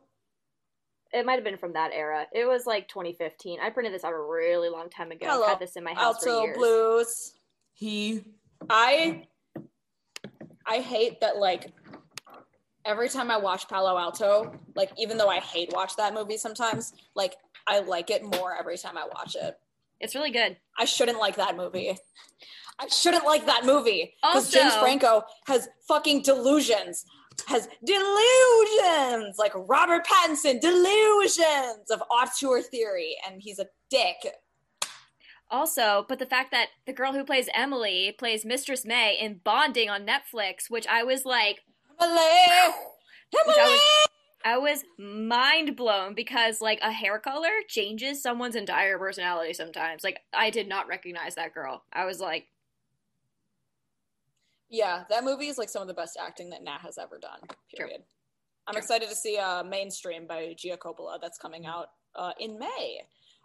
[SPEAKER 3] It might have been from that era. It was like 2015. I printed this out a really long time ago.
[SPEAKER 4] Hello,
[SPEAKER 3] I've had this in my house for
[SPEAKER 4] Alto
[SPEAKER 3] years.
[SPEAKER 4] Blues.
[SPEAKER 5] He
[SPEAKER 4] I I hate that like every time I watch Palo Alto, like even though I hate watch that movie sometimes, like I like it more every time I watch it.
[SPEAKER 3] It's really good.
[SPEAKER 4] I shouldn't like that movie. I shouldn't like that movie because James
[SPEAKER 3] Also-
[SPEAKER 4] Franco has fucking delusions, has delusions like Robert Pattinson, delusions of auteur theory, and he's a dick.
[SPEAKER 3] Also, but the fact that the girl who plays Emily plays Mistress May in Bonding on Netflix, which I was like,
[SPEAKER 4] Emily,
[SPEAKER 3] Which I
[SPEAKER 4] Emily!
[SPEAKER 3] was- I was mind blown because like a hair color changes someone's entire personality sometimes. Like I did not recognize that girl. I was like,
[SPEAKER 4] Yeah, that movie is like some of the best acting that Nat has ever done. Period. I'm
[SPEAKER 3] True. Mm-hmm.
[SPEAKER 4] excited to see uh, Mainstream by Gia Coppola that's coming out uh, in May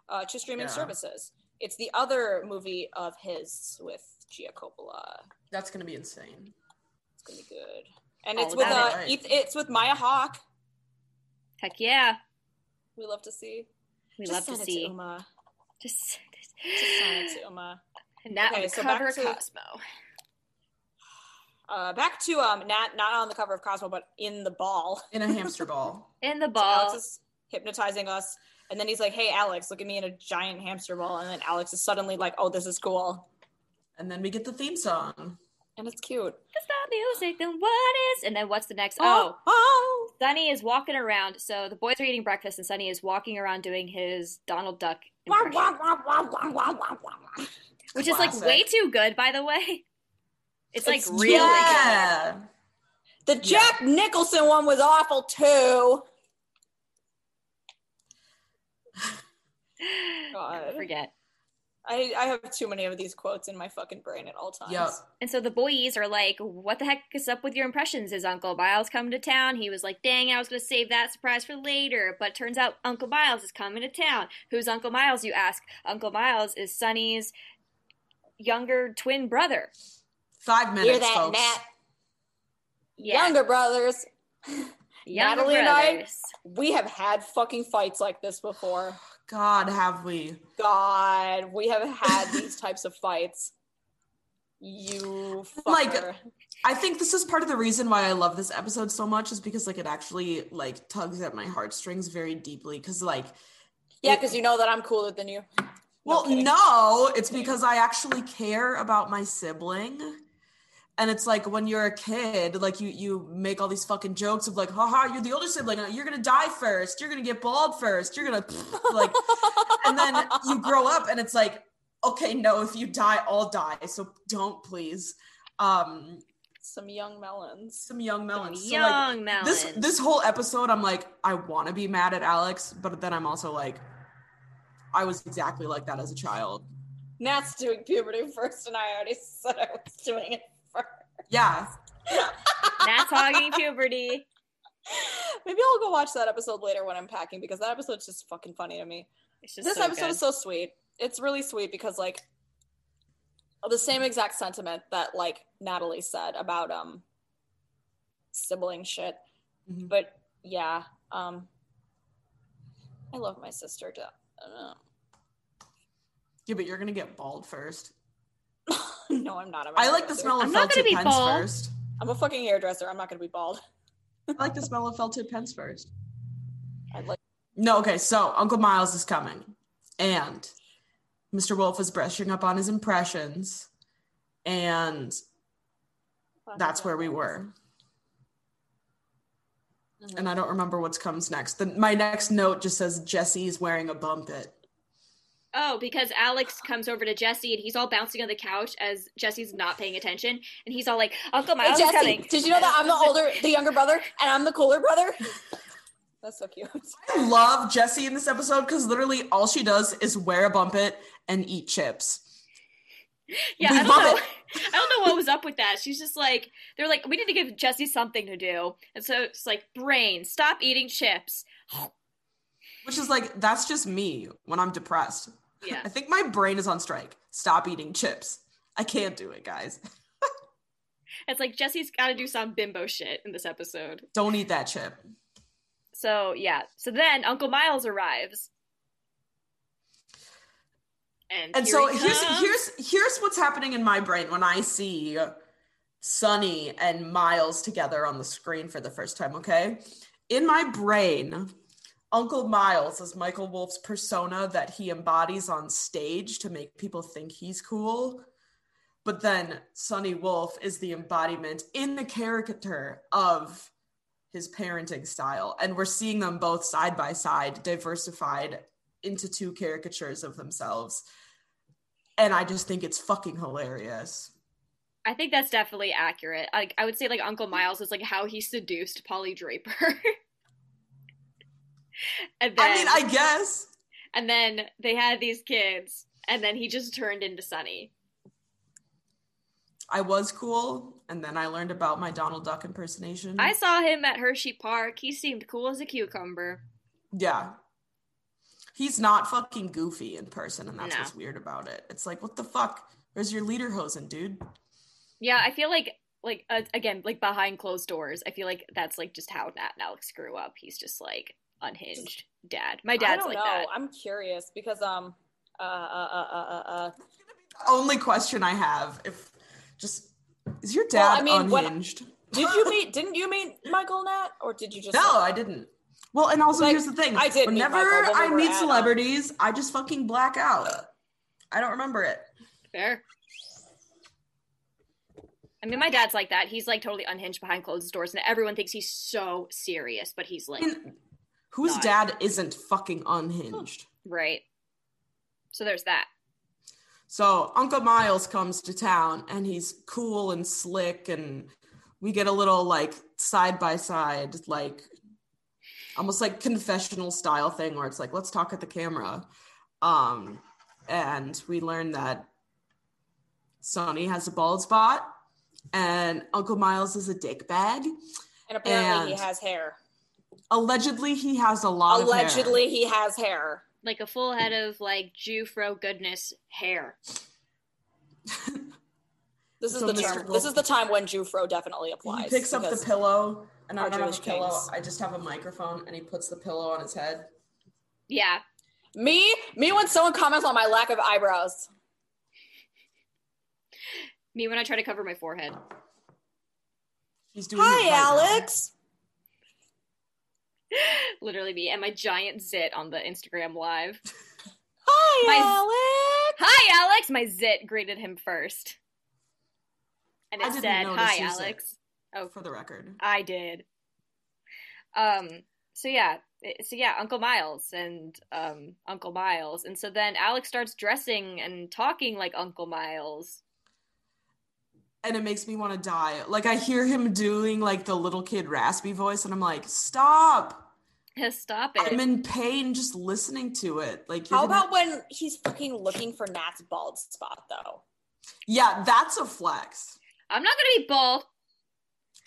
[SPEAKER 4] uh, to streaming
[SPEAKER 5] Yeah.
[SPEAKER 4] services. It's the other movie of his with Gia Coppola.
[SPEAKER 5] that's gonna be insane.
[SPEAKER 4] It's gonna be good, and
[SPEAKER 3] All
[SPEAKER 4] it's with
[SPEAKER 3] about
[SPEAKER 4] uh,
[SPEAKER 5] it.
[SPEAKER 4] Eth- it's with Maya Hawke.
[SPEAKER 3] heck yeah,
[SPEAKER 4] We love to see.
[SPEAKER 3] we
[SPEAKER 4] Just
[SPEAKER 3] love
[SPEAKER 4] send
[SPEAKER 3] to
[SPEAKER 4] it
[SPEAKER 3] see.
[SPEAKER 4] Uma.
[SPEAKER 3] Just,
[SPEAKER 4] Just send it to Uma.
[SPEAKER 3] and that
[SPEAKER 4] Okay,
[SPEAKER 3] on the
[SPEAKER 4] so back
[SPEAKER 3] cover of
[SPEAKER 4] to-
[SPEAKER 3] Cosmo.
[SPEAKER 4] Uh, back to um, Nat, not on the cover of Cosmo, but in the ball.
[SPEAKER 5] In a hamster ball.
[SPEAKER 3] In the
[SPEAKER 4] So
[SPEAKER 3] ball.
[SPEAKER 4] Alex is hypnotizing us. And then he's like, hey, Alex, look at me in a giant hamster ball. And then Alex is suddenly like, oh, this is cool.
[SPEAKER 5] And then we get the theme song.
[SPEAKER 4] And it's cute.
[SPEAKER 3] It's not music, then what is? And then what's the next? Oh,
[SPEAKER 4] oh.
[SPEAKER 3] Sunny is walking around. So the boys are eating breakfast, and Sunny is walking around doing his Donald Duck
[SPEAKER 4] Wah,
[SPEAKER 3] impression,
[SPEAKER 4] wah, wah, wah, wah, wah, wah, wah.
[SPEAKER 3] which is like
[SPEAKER 5] Classic.
[SPEAKER 3] way too good, by the way. It's like
[SPEAKER 4] It's-
[SPEAKER 3] really good.
[SPEAKER 5] Yeah.
[SPEAKER 4] The Jack Nicholson one was awful too.
[SPEAKER 3] Never
[SPEAKER 4] God.
[SPEAKER 3] forget.
[SPEAKER 4] I, I have too many of these quotes in my fucking brain at all times.
[SPEAKER 5] Yep.
[SPEAKER 3] And so the boys are like, "What the heck is up with your impressions?" Is Uncle Miles coming to town? He was like, "Dang, I was going to save that surprise for later," but turns out Uncle Miles is coming to town. Who's Uncle Miles? You ask. Uncle Miles is Sonny's younger twin brother.
[SPEAKER 5] Five minutes,
[SPEAKER 4] Hear that,
[SPEAKER 5] folks.
[SPEAKER 4] Nat?
[SPEAKER 3] Yeah.
[SPEAKER 4] Younger brothers,
[SPEAKER 3] Younger
[SPEAKER 4] Natalie and I-
[SPEAKER 3] brothers.
[SPEAKER 4] we have had fucking fights like this before.
[SPEAKER 5] God, have we?
[SPEAKER 4] God, we have had these types of fights. You fucker.
[SPEAKER 5] Like- I think this is part of the reason why I love this episode so much is because like it actually like tugs at my heartstrings very deeply because like
[SPEAKER 4] yeah, because you know that I'm cooler than you. No
[SPEAKER 5] Well,
[SPEAKER 4] kidding.
[SPEAKER 5] no, it's because I actually care about my sibling. And it's like when you're a kid, like you you make all these fucking jokes of like, haha, you're the older sibling, you're gonna die first, you're gonna get bald first, you're gonna like and then you grow up and it's like, okay, no, if you die, I'll die. So don't please. Um,
[SPEAKER 4] Some young melons.
[SPEAKER 5] some young melons. So, like,
[SPEAKER 3] Young melon.
[SPEAKER 5] this this whole episode i'm like i want to be mad at alex but then i'm also like i was exactly like that as a child
[SPEAKER 4] Nat's doing puberty first, and I already said I was doing it first.
[SPEAKER 5] yeah
[SPEAKER 3] That's hogging puberty.
[SPEAKER 4] Maybe I'll go watch that episode later when I'm packing because that episode's just fucking funny to me.
[SPEAKER 3] It's just
[SPEAKER 4] this
[SPEAKER 3] so
[SPEAKER 4] episode
[SPEAKER 3] good.
[SPEAKER 4] is so sweet. It's really sweet because like the same exact sentiment that like Natalie said about um sibling shit.
[SPEAKER 5] Mhm.
[SPEAKER 4] But yeah, um I love my sister. To, uh, I
[SPEAKER 5] yeah but you're gonna get bald first
[SPEAKER 4] don't know. no, I'm not. I'm a
[SPEAKER 5] i like the
[SPEAKER 4] hairdresser.
[SPEAKER 5] smell of
[SPEAKER 3] I'm not
[SPEAKER 5] felted
[SPEAKER 3] gonna be
[SPEAKER 5] pens
[SPEAKER 3] bald.
[SPEAKER 5] first
[SPEAKER 4] I'm a fucking hairdresser. I'm not gonna be bald.
[SPEAKER 5] i like the smell of felted pens first
[SPEAKER 4] I like.
[SPEAKER 5] no okay so uncle miles is coming and mr wolf is brushing up on his impressions and that's where we were
[SPEAKER 4] Mhm.
[SPEAKER 5] and i don't remember what comes next the, my next note just says jesse's wearing a bump it
[SPEAKER 3] Oh, because Alex comes over to Jesse and he's all bouncing on the couch as Jesse's not paying attention, and he's all like, "Uncle
[SPEAKER 4] Hey,
[SPEAKER 3] Miles is
[SPEAKER 4] Jesse,
[SPEAKER 3] coming."
[SPEAKER 4] did you know that I'm the older, the younger brother, and I'm the cooler brother? That's so cute.
[SPEAKER 5] I love Jessie in this episode because literally all she does is wear a bumpet and eat chips.
[SPEAKER 3] Yeah,
[SPEAKER 5] we
[SPEAKER 3] I don't
[SPEAKER 5] love
[SPEAKER 3] know. I don't know what was up with that. She's just like, they're like, we need to give Jesse something to do, and so it's like, brain, stop eating chips.
[SPEAKER 5] Which is like, that's just me when I'm depressed.
[SPEAKER 3] Yeah,
[SPEAKER 5] I think my brain is on strike. Stop eating chips. I can't do it, guys.
[SPEAKER 3] it's like Jesse's got to do some bimbo shit in this episode.
[SPEAKER 5] Don't eat that chip.
[SPEAKER 3] So yeah, so then Uncle Miles arrives, and
[SPEAKER 5] And
[SPEAKER 3] here
[SPEAKER 5] so
[SPEAKER 3] he
[SPEAKER 5] here's
[SPEAKER 3] comes.
[SPEAKER 5] here's here's what's happening in my brain when I see Sunny and Miles together on the screen for the first time, okay? In my brain, Uncle Miles is Michael Wolf's persona that he embodies on stage to make people think he's cool. But then Sunny Wolf is the embodiment in the caricature of his parenting style. And we're seeing them both side by side, diversified into two caricatures of themselves. And I just think it's fucking hilarious.
[SPEAKER 3] I think that's definitely accurate. Like I would say, like Uncle Miles is like how he seduced Polly Draper, and then
[SPEAKER 5] I mean, I guess.
[SPEAKER 3] and then they had these kids, and then he just turned into Sunny.
[SPEAKER 5] I was cool, and then I learned about my Donald Duck impersonation.
[SPEAKER 3] I saw him at Hershey Park. He seemed cool as a cucumber.
[SPEAKER 5] yeah. He's not fucking goofy in person, and that's
[SPEAKER 3] No.
[SPEAKER 5] what's weird about it. It's like, what the fuck? Where's your leader hosen, dude?
[SPEAKER 3] Yeah, I feel like like uh, again like behind closed doors. I feel like that's like just how Nat and Alex grew up. He's just like unhinged dad. My
[SPEAKER 4] I
[SPEAKER 3] dad's
[SPEAKER 4] don't
[SPEAKER 3] like
[SPEAKER 4] know.
[SPEAKER 3] that.
[SPEAKER 4] I'm curious because um uh uh uh uh, uh, uh
[SPEAKER 5] Only question I have if just is your
[SPEAKER 4] Well, I
[SPEAKER 5] dad
[SPEAKER 4] mean, what-
[SPEAKER 5] unhinged?
[SPEAKER 4] did you meet didn't you meet Michael Nat or did you just
[SPEAKER 5] No, I didn't. Well, and also
[SPEAKER 4] Like,
[SPEAKER 5] here's the thing.
[SPEAKER 4] I did meet
[SPEAKER 5] Whenever
[SPEAKER 4] Michael when we
[SPEAKER 5] I
[SPEAKER 4] were
[SPEAKER 5] meet
[SPEAKER 4] at, um,
[SPEAKER 5] celebrities, I just fucking black out. I don't remember it.
[SPEAKER 3] Fair. I mean, my dad's like that. He's like totally unhinged behind closed doors, and everyone thinks he's so serious, but he's like,
[SPEAKER 5] I mean, whose
[SPEAKER 3] Not.
[SPEAKER 5] dad isn't fucking unhinged?
[SPEAKER 3] right. So there's that.
[SPEAKER 5] So Uncle Miles comes to town and he's cool and slick and we get a little like side by side like almost like confessional style thing where it's like let's talk at the camera. Um and we learn that Sonny has a bald spot and Uncle Miles is a dick bag.
[SPEAKER 4] and apparently
[SPEAKER 5] And-
[SPEAKER 4] he has hair.
[SPEAKER 5] Allegedly he has a lot of hair.
[SPEAKER 4] Allegedly he has hair.
[SPEAKER 3] Like a full head of like Jufro goodness hair.
[SPEAKER 4] This is
[SPEAKER 5] So
[SPEAKER 4] the
[SPEAKER 5] Mr.
[SPEAKER 4] term.
[SPEAKER 5] Wolf-
[SPEAKER 4] This is the time when Jufro definitely applies.
[SPEAKER 5] He picks up the
[SPEAKER 4] because-
[SPEAKER 5] pillow, and I
[SPEAKER 4] Our
[SPEAKER 5] don't have a
[SPEAKER 4] Jewish
[SPEAKER 5] pillow.
[SPEAKER 4] kings.
[SPEAKER 5] I just have a microphone, and he puts the pillow on his head.
[SPEAKER 3] Yeah.
[SPEAKER 4] Me, me when someone comments on my lack of eyebrows.
[SPEAKER 3] Me when I try to cover my forehead.
[SPEAKER 5] He's doing.
[SPEAKER 4] Hi,
[SPEAKER 5] it right
[SPEAKER 4] Alex.
[SPEAKER 3] Literally me and my giant zit on the Instagram live.
[SPEAKER 4] Hi,
[SPEAKER 3] My-
[SPEAKER 4] Alex.
[SPEAKER 3] Hi, Alex! My zit greeted him first. And
[SPEAKER 5] I
[SPEAKER 3] it
[SPEAKER 5] didn't
[SPEAKER 3] said,
[SPEAKER 5] notice
[SPEAKER 3] Hi,
[SPEAKER 5] your zit.
[SPEAKER 3] Alex.
[SPEAKER 5] now, For the record,
[SPEAKER 3] I did. Um, so yeah it- so yeah uncle miles and um uncle miles and so then alex starts dressing and talking like uncle miles
[SPEAKER 5] and it makes me want to die. Like I hear him doing like the little kid raspy voice, and I'm like, stop!
[SPEAKER 3] stop it
[SPEAKER 5] I'm in pain just listening to it. Like, you're
[SPEAKER 4] How
[SPEAKER 5] gonna-
[SPEAKER 4] about when he's fucking looking for Nat's bald spot though?
[SPEAKER 5] yeah, that's a flex.
[SPEAKER 3] i'm not gonna be bald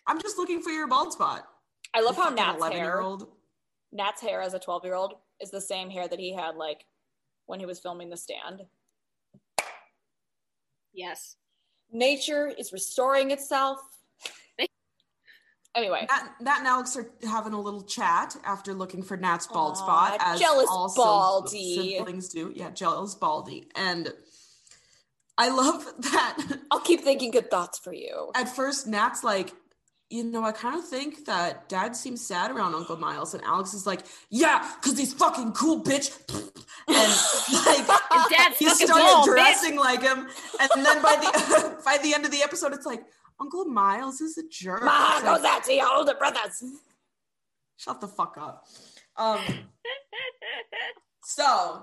[SPEAKER 5] I'm just looking for your bald spot.
[SPEAKER 4] I love how
[SPEAKER 5] Fucking
[SPEAKER 4] Nat's hair,
[SPEAKER 5] -year-old.
[SPEAKER 4] Nat's hair as a 12 year old is the same hair that he had like when he was filming The Stand.
[SPEAKER 3] yes
[SPEAKER 4] Nature is restoring itself. anyway,
[SPEAKER 5] Nat, Nat and Alex are having a little chat after looking for Nat's bald
[SPEAKER 4] Aw,
[SPEAKER 5] spot, as
[SPEAKER 4] jealous
[SPEAKER 5] all sil-
[SPEAKER 4] Baldy.
[SPEAKER 5] siblings do. Yeah, jealous Baldy, and I love that.
[SPEAKER 4] I'll keep thinking good thoughts for you.
[SPEAKER 5] at first Nat's like, you know, I kind of think that dad seems sad around Uncle Miles. And Alex is like, yeah, because he's fucking cool, bitch. And like,
[SPEAKER 3] His dad's
[SPEAKER 5] he
[SPEAKER 3] fucking
[SPEAKER 5] started
[SPEAKER 3] bald, bitch.
[SPEAKER 5] dressing like him. And then by the by the end of the episode, it's like, Uncle Miles is a jerk.
[SPEAKER 4] My heart
[SPEAKER 5] It's like,
[SPEAKER 4] goes out to your older brothers.
[SPEAKER 5] Shut the fuck up. Um, so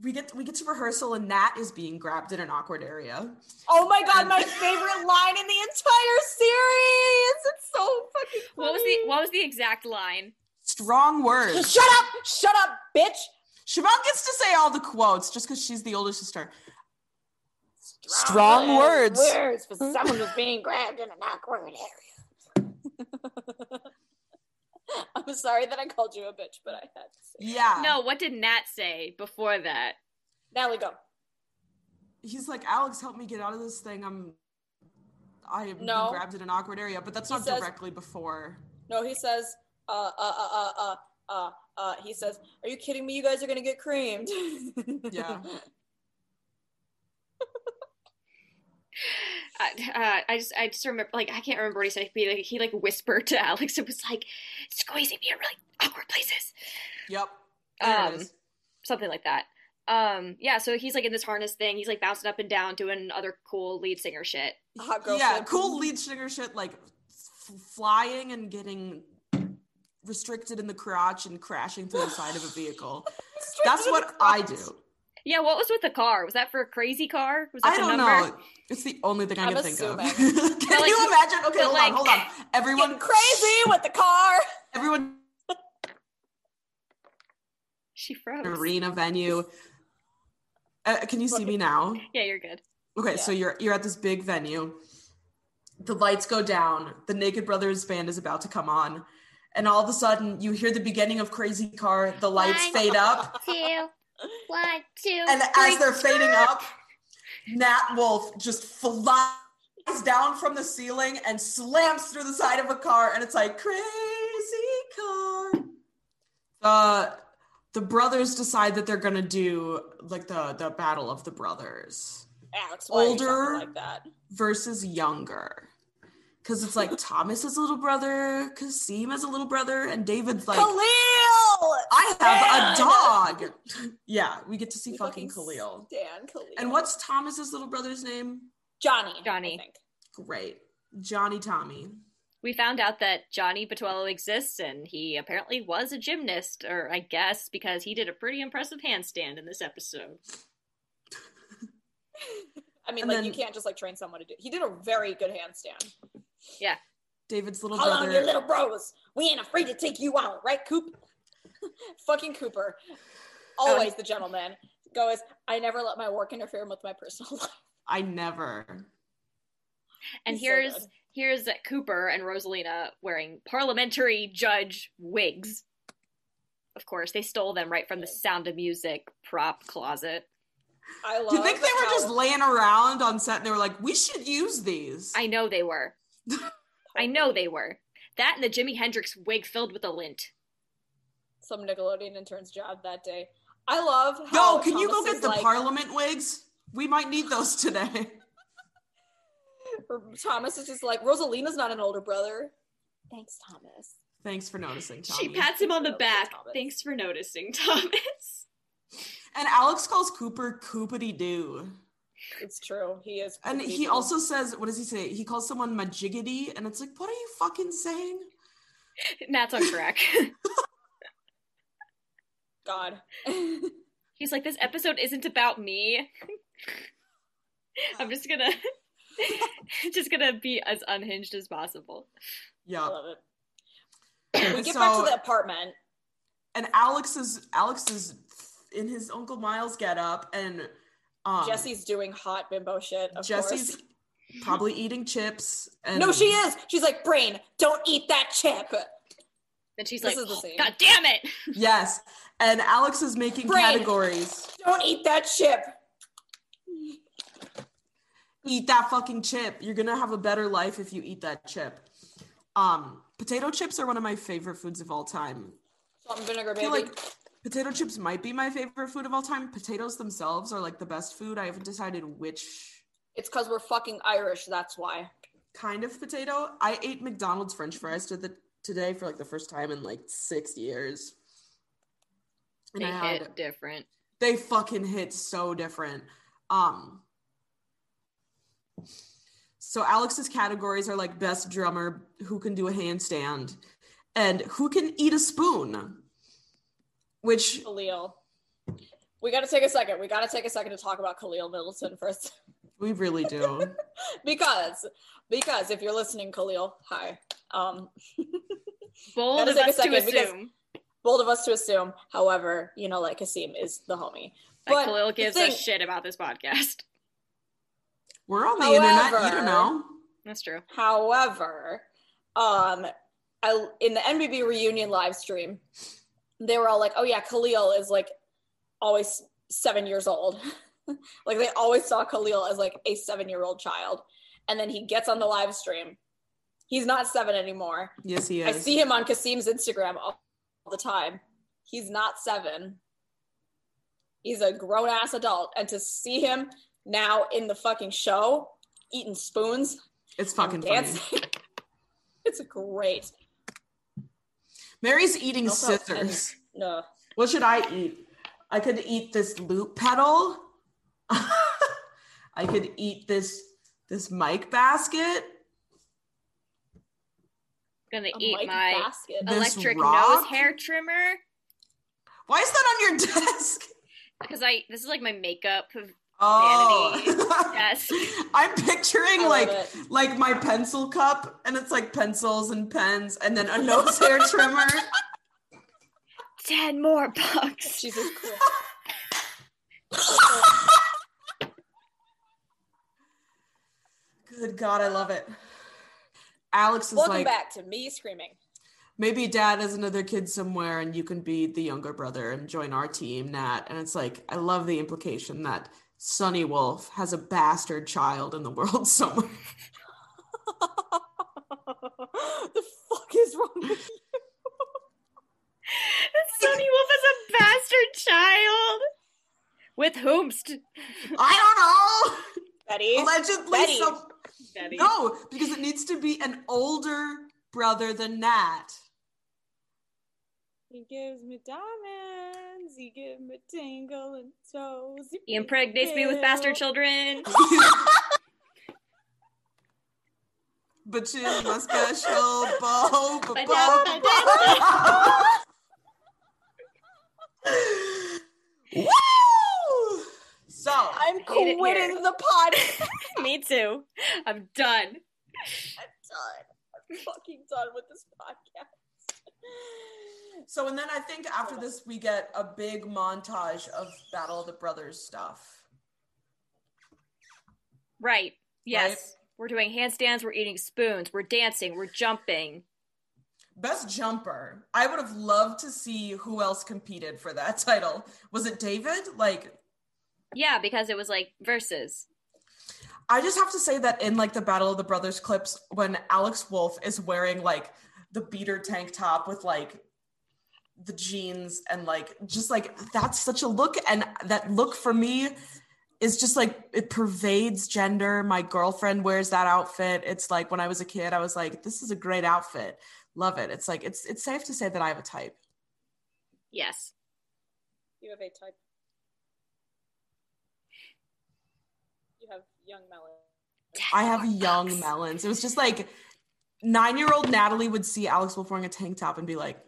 [SPEAKER 5] we get we get to rehearsal and Nat is being grabbed in an awkward area.
[SPEAKER 4] Oh my god, my favorite line in the entire series. It's so fucking
[SPEAKER 3] what was the what was the exact line
[SPEAKER 5] Strong words.
[SPEAKER 4] Shut up! Shut up, bitch!
[SPEAKER 5] Siobhan gets to say all the quotes just because she's the older sister.
[SPEAKER 6] Strong words.
[SPEAKER 4] Words for someone who's being grabbed in an awkward area. I'm sorry that I called you a bitch, but I had to say. it.
[SPEAKER 5] Yeah.
[SPEAKER 3] no what did nat say before that
[SPEAKER 4] Natalie, go.
[SPEAKER 5] He's like, Alex, help me get out of this thing. I'm I am
[SPEAKER 4] No.
[SPEAKER 5] being grabbed in an awkward area, but that's
[SPEAKER 4] He
[SPEAKER 5] not
[SPEAKER 4] says-
[SPEAKER 5] directly before.
[SPEAKER 4] No, he says, uh, uh, uh, uh, uh, uh, uh, he says, are you kidding me? You guys are gonna get creamed.
[SPEAKER 5] Yeah.
[SPEAKER 3] I, uh, I just I just remember like I can't remember what he said. He like, he like whispered to Alex. It was like squeezing me in really awkward places,
[SPEAKER 5] Yep. There
[SPEAKER 3] Um,
[SPEAKER 5] it is.
[SPEAKER 3] something like that. Um, yeah. So he's like in this harness thing. He's like bouncing up and down, doing other cool lead singer shit.
[SPEAKER 4] Hot girl.
[SPEAKER 5] yeah,
[SPEAKER 4] shit.
[SPEAKER 5] cool lead singer shit like f- flying and getting restricted in the crotch and crashing through the side of a vehicle. That's what I do.
[SPEAKER 3] Yeah. What was with the car? Was that for a crazy car? Was that
[SPEAKER 5] I
[SPEAKER 3] the
[SPEAKER 5] don't
[SPEAKER 3] number?
[SPEAKER 5] know. It's the only thing I
[SPEAKER 4] I'm
[SPEAKER 5] can think of.
[SPEAKER 4] assuming.
[SPEAKER 5] Can
[SPEAKER 3] like,
[SPEAKER 5] you imagine? Okay,
[SPEAKER 3] but
[SPEAKER 5] hold
[SPEAKER 3] like-
[SPEAKER 5] on, hold on. Everyone
[SPEAKER 4] Getting crazy with the car.
[SPEAKER 5] Everyone
[SPEAKER 3] She froze.
[SPEAKER 5] arena venue. Uh, can you see me now?
[SPEAKER 3] Yeah, you're good.
[SPEAKER 5] Okay, so you're you're at this big venue. The lights go down. The Naked Brothers band is about to come on, and all of a sudden you hear the beginning of Crazy Car. The lights
[SPEAKER 7] One.
[SPEAKER 5] fade up,
[SPEAKER 7] two, one, two,
[SPEAKER 5] and as they're fading up, Nat Wolf just flies down from the ceiling and slams through the side of a car, and it's like Crazy Car. The the brothers decide that they're gonna do like the the battle of the brothers.
[SPEAKER 4] Alex, why older
[SPEAKER 5] Older.
[SPEAKER 4] like that.
[SPEAKER 5] versus younger. Because it's like Thomas is a little brother, Kasim is a little brother, and David's like,
[SPEAKER 4] Khalil.
[SPEAKER 5] I have
[SPEAKER 4] Dan!
[SPEAKER 5] a dog. yeah, we get to see
[SPEAKER 4] You
[SPEAKER 5] fucking Khalil.
[SPEAKER 4] Dan Khalil.
[SPEAKER 5] And what's Thomas's little brother's name?
[SPEAKER 4] Johnny?
[SPEAKER 3] Johnny.
[SPEAKER 4] I think.
[SPEAKER 5] Great. Johnny Tommy.
[SPEAKER 3] We found out that Johnny Patuello exists, and he apparently was a gymnast, or I guess because he did a pretty impressive handstand in this episode.
[SPEAKER 4] I mean, like
[SPEAKER 5] And then-
[SPEAKER 4] you can't just like train someone to do. He did a very good handstand.
[SPEAKER 5] David's little
[SPEAKER 4] How long,
[SPEAKER 5] Oh, brother.
[SPEAKER 4] your little bros? We ain't afraid to take you out, right, Coop? Fucking Cooper,
[SPEAKER 5] Oh,
[SPEAKER 4] always the gentleman. Goes, I never let my work interfere with my personal life.
[SPEAKER 5] I never.
[SPEAKER 3] And
[SPEAKER 4] He's so
[SPEAKER 3] here's
[SPEAKER 4] good.
[SPEAKER 3] here's Cooper and Rosalina wearing parliamentary judge wigs. Of course, they stole them right from the Sound of Music prop closet.
[SPEAKER 4] I love.
[SPEAKER 5] Do you think they were
[SPEAKER 4] how-
[SPEAKER 5] just laying around on set and they were like, we should use these?
[SPEAKER 3] I know they were. I know they were. That and the Jimi Hendrix wig filled with a lint.
[SPEAKER 4] some Nickelodeon intern's job that day? I love. How
[SPEAKER 5] Yo, can you go
[SPEAKER 4] Thomas
[SPEAKER 5] get
[SPEAKER 4] is
[SPEAKER 5] the
[SPEAKER 4] like,
[SPEAKER 5] parliament wigs? We might need those today.
[SPEAKER 4] Thomas is just like Rosalina's not an older brother. Thanks, Thomas.
[SPEAKER 5] Thanks for noticing, Tommy.
[SPEAKER 3] She pats him on the
[SPEAKER 4] Notice
[SPEAKER 3] back.
[SPEAKER 4] Thomas.
[SPEAKER 3] Thanks for noticing, Thomas.
[SPEAKER 5] And Alex calls Cooper Coopity Doo.
[SPEAKER 4] It's true. He is.
[SPEAKER 5] And he also says, what does he say? He calls someone majiggity, and it's like, what are you fucking saying?
[SPEAKER 3] Nat's on crack.
[SPEAKER 4] God.
[SPEAKER 3] He's like, this episode isn't about me. I'm just gonna just gonna be as unhinged as possible.
[SPEAKER 4] I
[SPEAKER 5] Yeah.
[SPEAKER 4] love it. We get back
[SPEAKER 5] So-
[SPEAKER 4] to the apartment.
[SPEAKER 5] and Alex is Alex is in his Uncle Miles getup, and um,
[SPEAKER 4] Jesse's doing hot bimbo shit. Of
[SPEAKER 5] Jesse's
[SPEAKER 4] course.
[SPEAKER 5] probably eating chips. And
[SPEAKER 4] No, she is. She's like, brain, don't eat that chip.
[SPEAKER 3] Then she's
[SPEAKER 4] This
[SPEAKER 3] like,
[SPEAKER 4] is the
[SPEAKER 3] "Oh,
[SPEAKER 4] scene.
[SPEAKER 3] God damn it!
[SPEAKER 5] Yes, and Alex is making
[SPEAKER 4] Brain.
[SPEAKER 5] categories.
[SPEAKER 4] Don't eat that chip.
[SPEAKER 5] Eat that fucking chip. You're gonna have a better life if you eat that chip. Um, potato chips are one of my favorite foods of all time.
[SPEAKER 4] Salt and vinegar,
[SPEAKER 5] I
[SPEAKER 4] baby.
[SPEAKER 5] feel like potato chips might be my favorite food of all time. Potatoes themselves are like the best food. I haven't decided which
[SPEAKER 4] it's because we're fucking Irish. That's why.
[SPEAKER 5] kind of potato. I ate McDonald's French fries to the today for like the first time in like six years. And
[SPEAKER 3] They
[SPEAKER 5] I had-
[SPEAKER 3] hit different.
[SPEAKER 5] they fucking hit so different. Um so Alex's categories are like best drummer, who can do a handstand, and who can eat a spoon. Which
[SPEAKER 4] Khalil. We got to take a second. We got to take a second to talk about Khalil Middleton first.
[SPEAKER 5] we really do.
[SPEAKER 4] because, because if you're listening, Khalil, hi. Um,
[SPEAKER 3] Bold
[SPEAKER 4] Gotta
[SPEAKER 3] of
[SPEAKER 4] take a
[SPEAKER 3] us to
[SPEAKER 4] second because-
[SPEAKER 3] assume
[SPEAKER 4] bold of us to assume. However, you know, like Kasim is the homie.
[SPEAKER 3] that
[SPEAKER 4] But
[SPEAKER 3] Khalil
[SPEAKER 4] the
[SPEAKER 3] gives
[SPEAKER 4] thing-
[SPEAKER 3] us shit about this podcast.
[SPEAKER 5] We're on the internet, you
[SPEAKER 4] However-
[SPEAKER 5] don't know.
[SPEAKER 3] That's true.
[SPEAKER 4] However, um, I, in the NBB reunion live stream, they were all like, "Oh yeah, Khalil is like always seven years old." like they always saw Khalil as like a seven-year-old child, and then he gets on the live stream. He's not seven anymore.
[SPEAKER 5] Yes, he
[SPEAKER 4] I
[SPEAKER 5] is.
[SPEAKER 4] see him on Kasim's Instagram all the time. He's not seven. He's a grown ass adult, and to see him now in the fucking show eating spoons
[SPEAKER 5] It's fucking funny.
[SPEAKER 4] dancing. it's great.
[SPEAKER 5] Mary's eating
[SPEAKER 4] Also, and-
[SPEAKER 5] scissors.
[SPEAKER 4] No.
[SPEAKER 5] What should I eat? I could eat this loop pedal. I could eat this this mic basket.
[SPEAKER 3] Gonna
[SPEAKER 4] A
[SPEAKER 3] eat
[SPEAKER 4] mic
[SPEAKER 3] my
[SPEAKER 4] basket.
[SPEAKER 5] This
[SPEAKER 3] electric
[SPEAKER 5] rock?
[SPEAKER 3] nose hair trimmer
[SPEAKER 5] Why is that on your desk?
[SPEAKER 3] because I this is like my makeup
[SPEAKER 5] Oh,
[SPEAKER 3] desk.
[SPEAKER 5] I'm picturing
[SPEAKER 4] I love
[SPEAKER 5] like
[SPEAKER 4] it.
[SPEAKER 5] like my pencil cup, and it's like pencils and pens, and then a nose hair trimmer.
[SPEAKER 3] Ten more bucks.
[SPEAKER 4] Jesus Christ.
[SPEAKER 5] Good God, I love it. Alex is
[SPEAKER 4] Welcome
[SPEAKER 5] like,
[SPEAKER 4] back to me screaming.
[SPEAKER 5] maybe dad has another kid somewhere and you can be the younger brother and join our team, Nat. And it's like, I love the implication that Sonny Wolf has a bastard child in the world somewhere.
[SPEAKER 4] the fuck is wrong with you?
[SPEAKER 3] Sonny Wolf is a bastard child. With whomst?
[SPEAKER 5] I
[SPEAKER 4] Betty?
[SPEAKER 5] don't know. Allegedly,
[SPEAKER 4] Betty.
[SPEAKER 5] some-
[SPEAKER 3] Betty.
[SPEAKER 5] no, because it needs to be an older brother than Nat.
[SPEAKER 4] He gives me diamonds. He gives me tingle and toes.
[SPEAKER 3] He impregnates me with bastard children.
[SPEAKER 5] But she's my special bo, bo,
[SPEAKER 3] But
[SPEAKER 5] bo,
[SPEAKER 3] now-
[SPEAKER 5] bo. Woo! So
[SPEAKER 4] I'm
[SPEAKER 3] hate it
[SPEAKER 4] quitting
[SPEAKER 3] here.
[SPEAKER 4] the podcast.
[SPEAKER 3] me too. I'm done.
[SPEAKER 4] I'm done. I'm fucking done with this podcast.
[SPEAKER 5] so and then I think after this we get a big montage of Battle of the Brothers stuff.
[SPEAKER 3] Right. Yes. We're doing handstands, we're eating spoons, we're dancing, we're jumping.
[SPEAKER 5] Best jumper. I would have loved to see who else competed for that title. Was it David? Like
[SPEAKER 3] Yeah, because it was like versus.
[SPEAKER 5] I just have to say that in like the Battle of the Brothers clips, when Alex Wolf is wearing like the beater tank top with like the jeans and like just like that's such a look, and that look for me is just like it pervades gender. My girlfriend wears that outfit. It's like when I was a kid, I was like, this is a great outfit. Love it. It's like it's it's safe to say that I have a type.
[SPEAKER 3] Yes.
[SPEAKER 4] You have a type. You have young melon.
[SPEAKER 5] I
[SPEAKER 4] Oh
[SPEAKER 5] have young melons. It was just like nine year old Natalie would see Alex Wolf wearing a tank top and be like,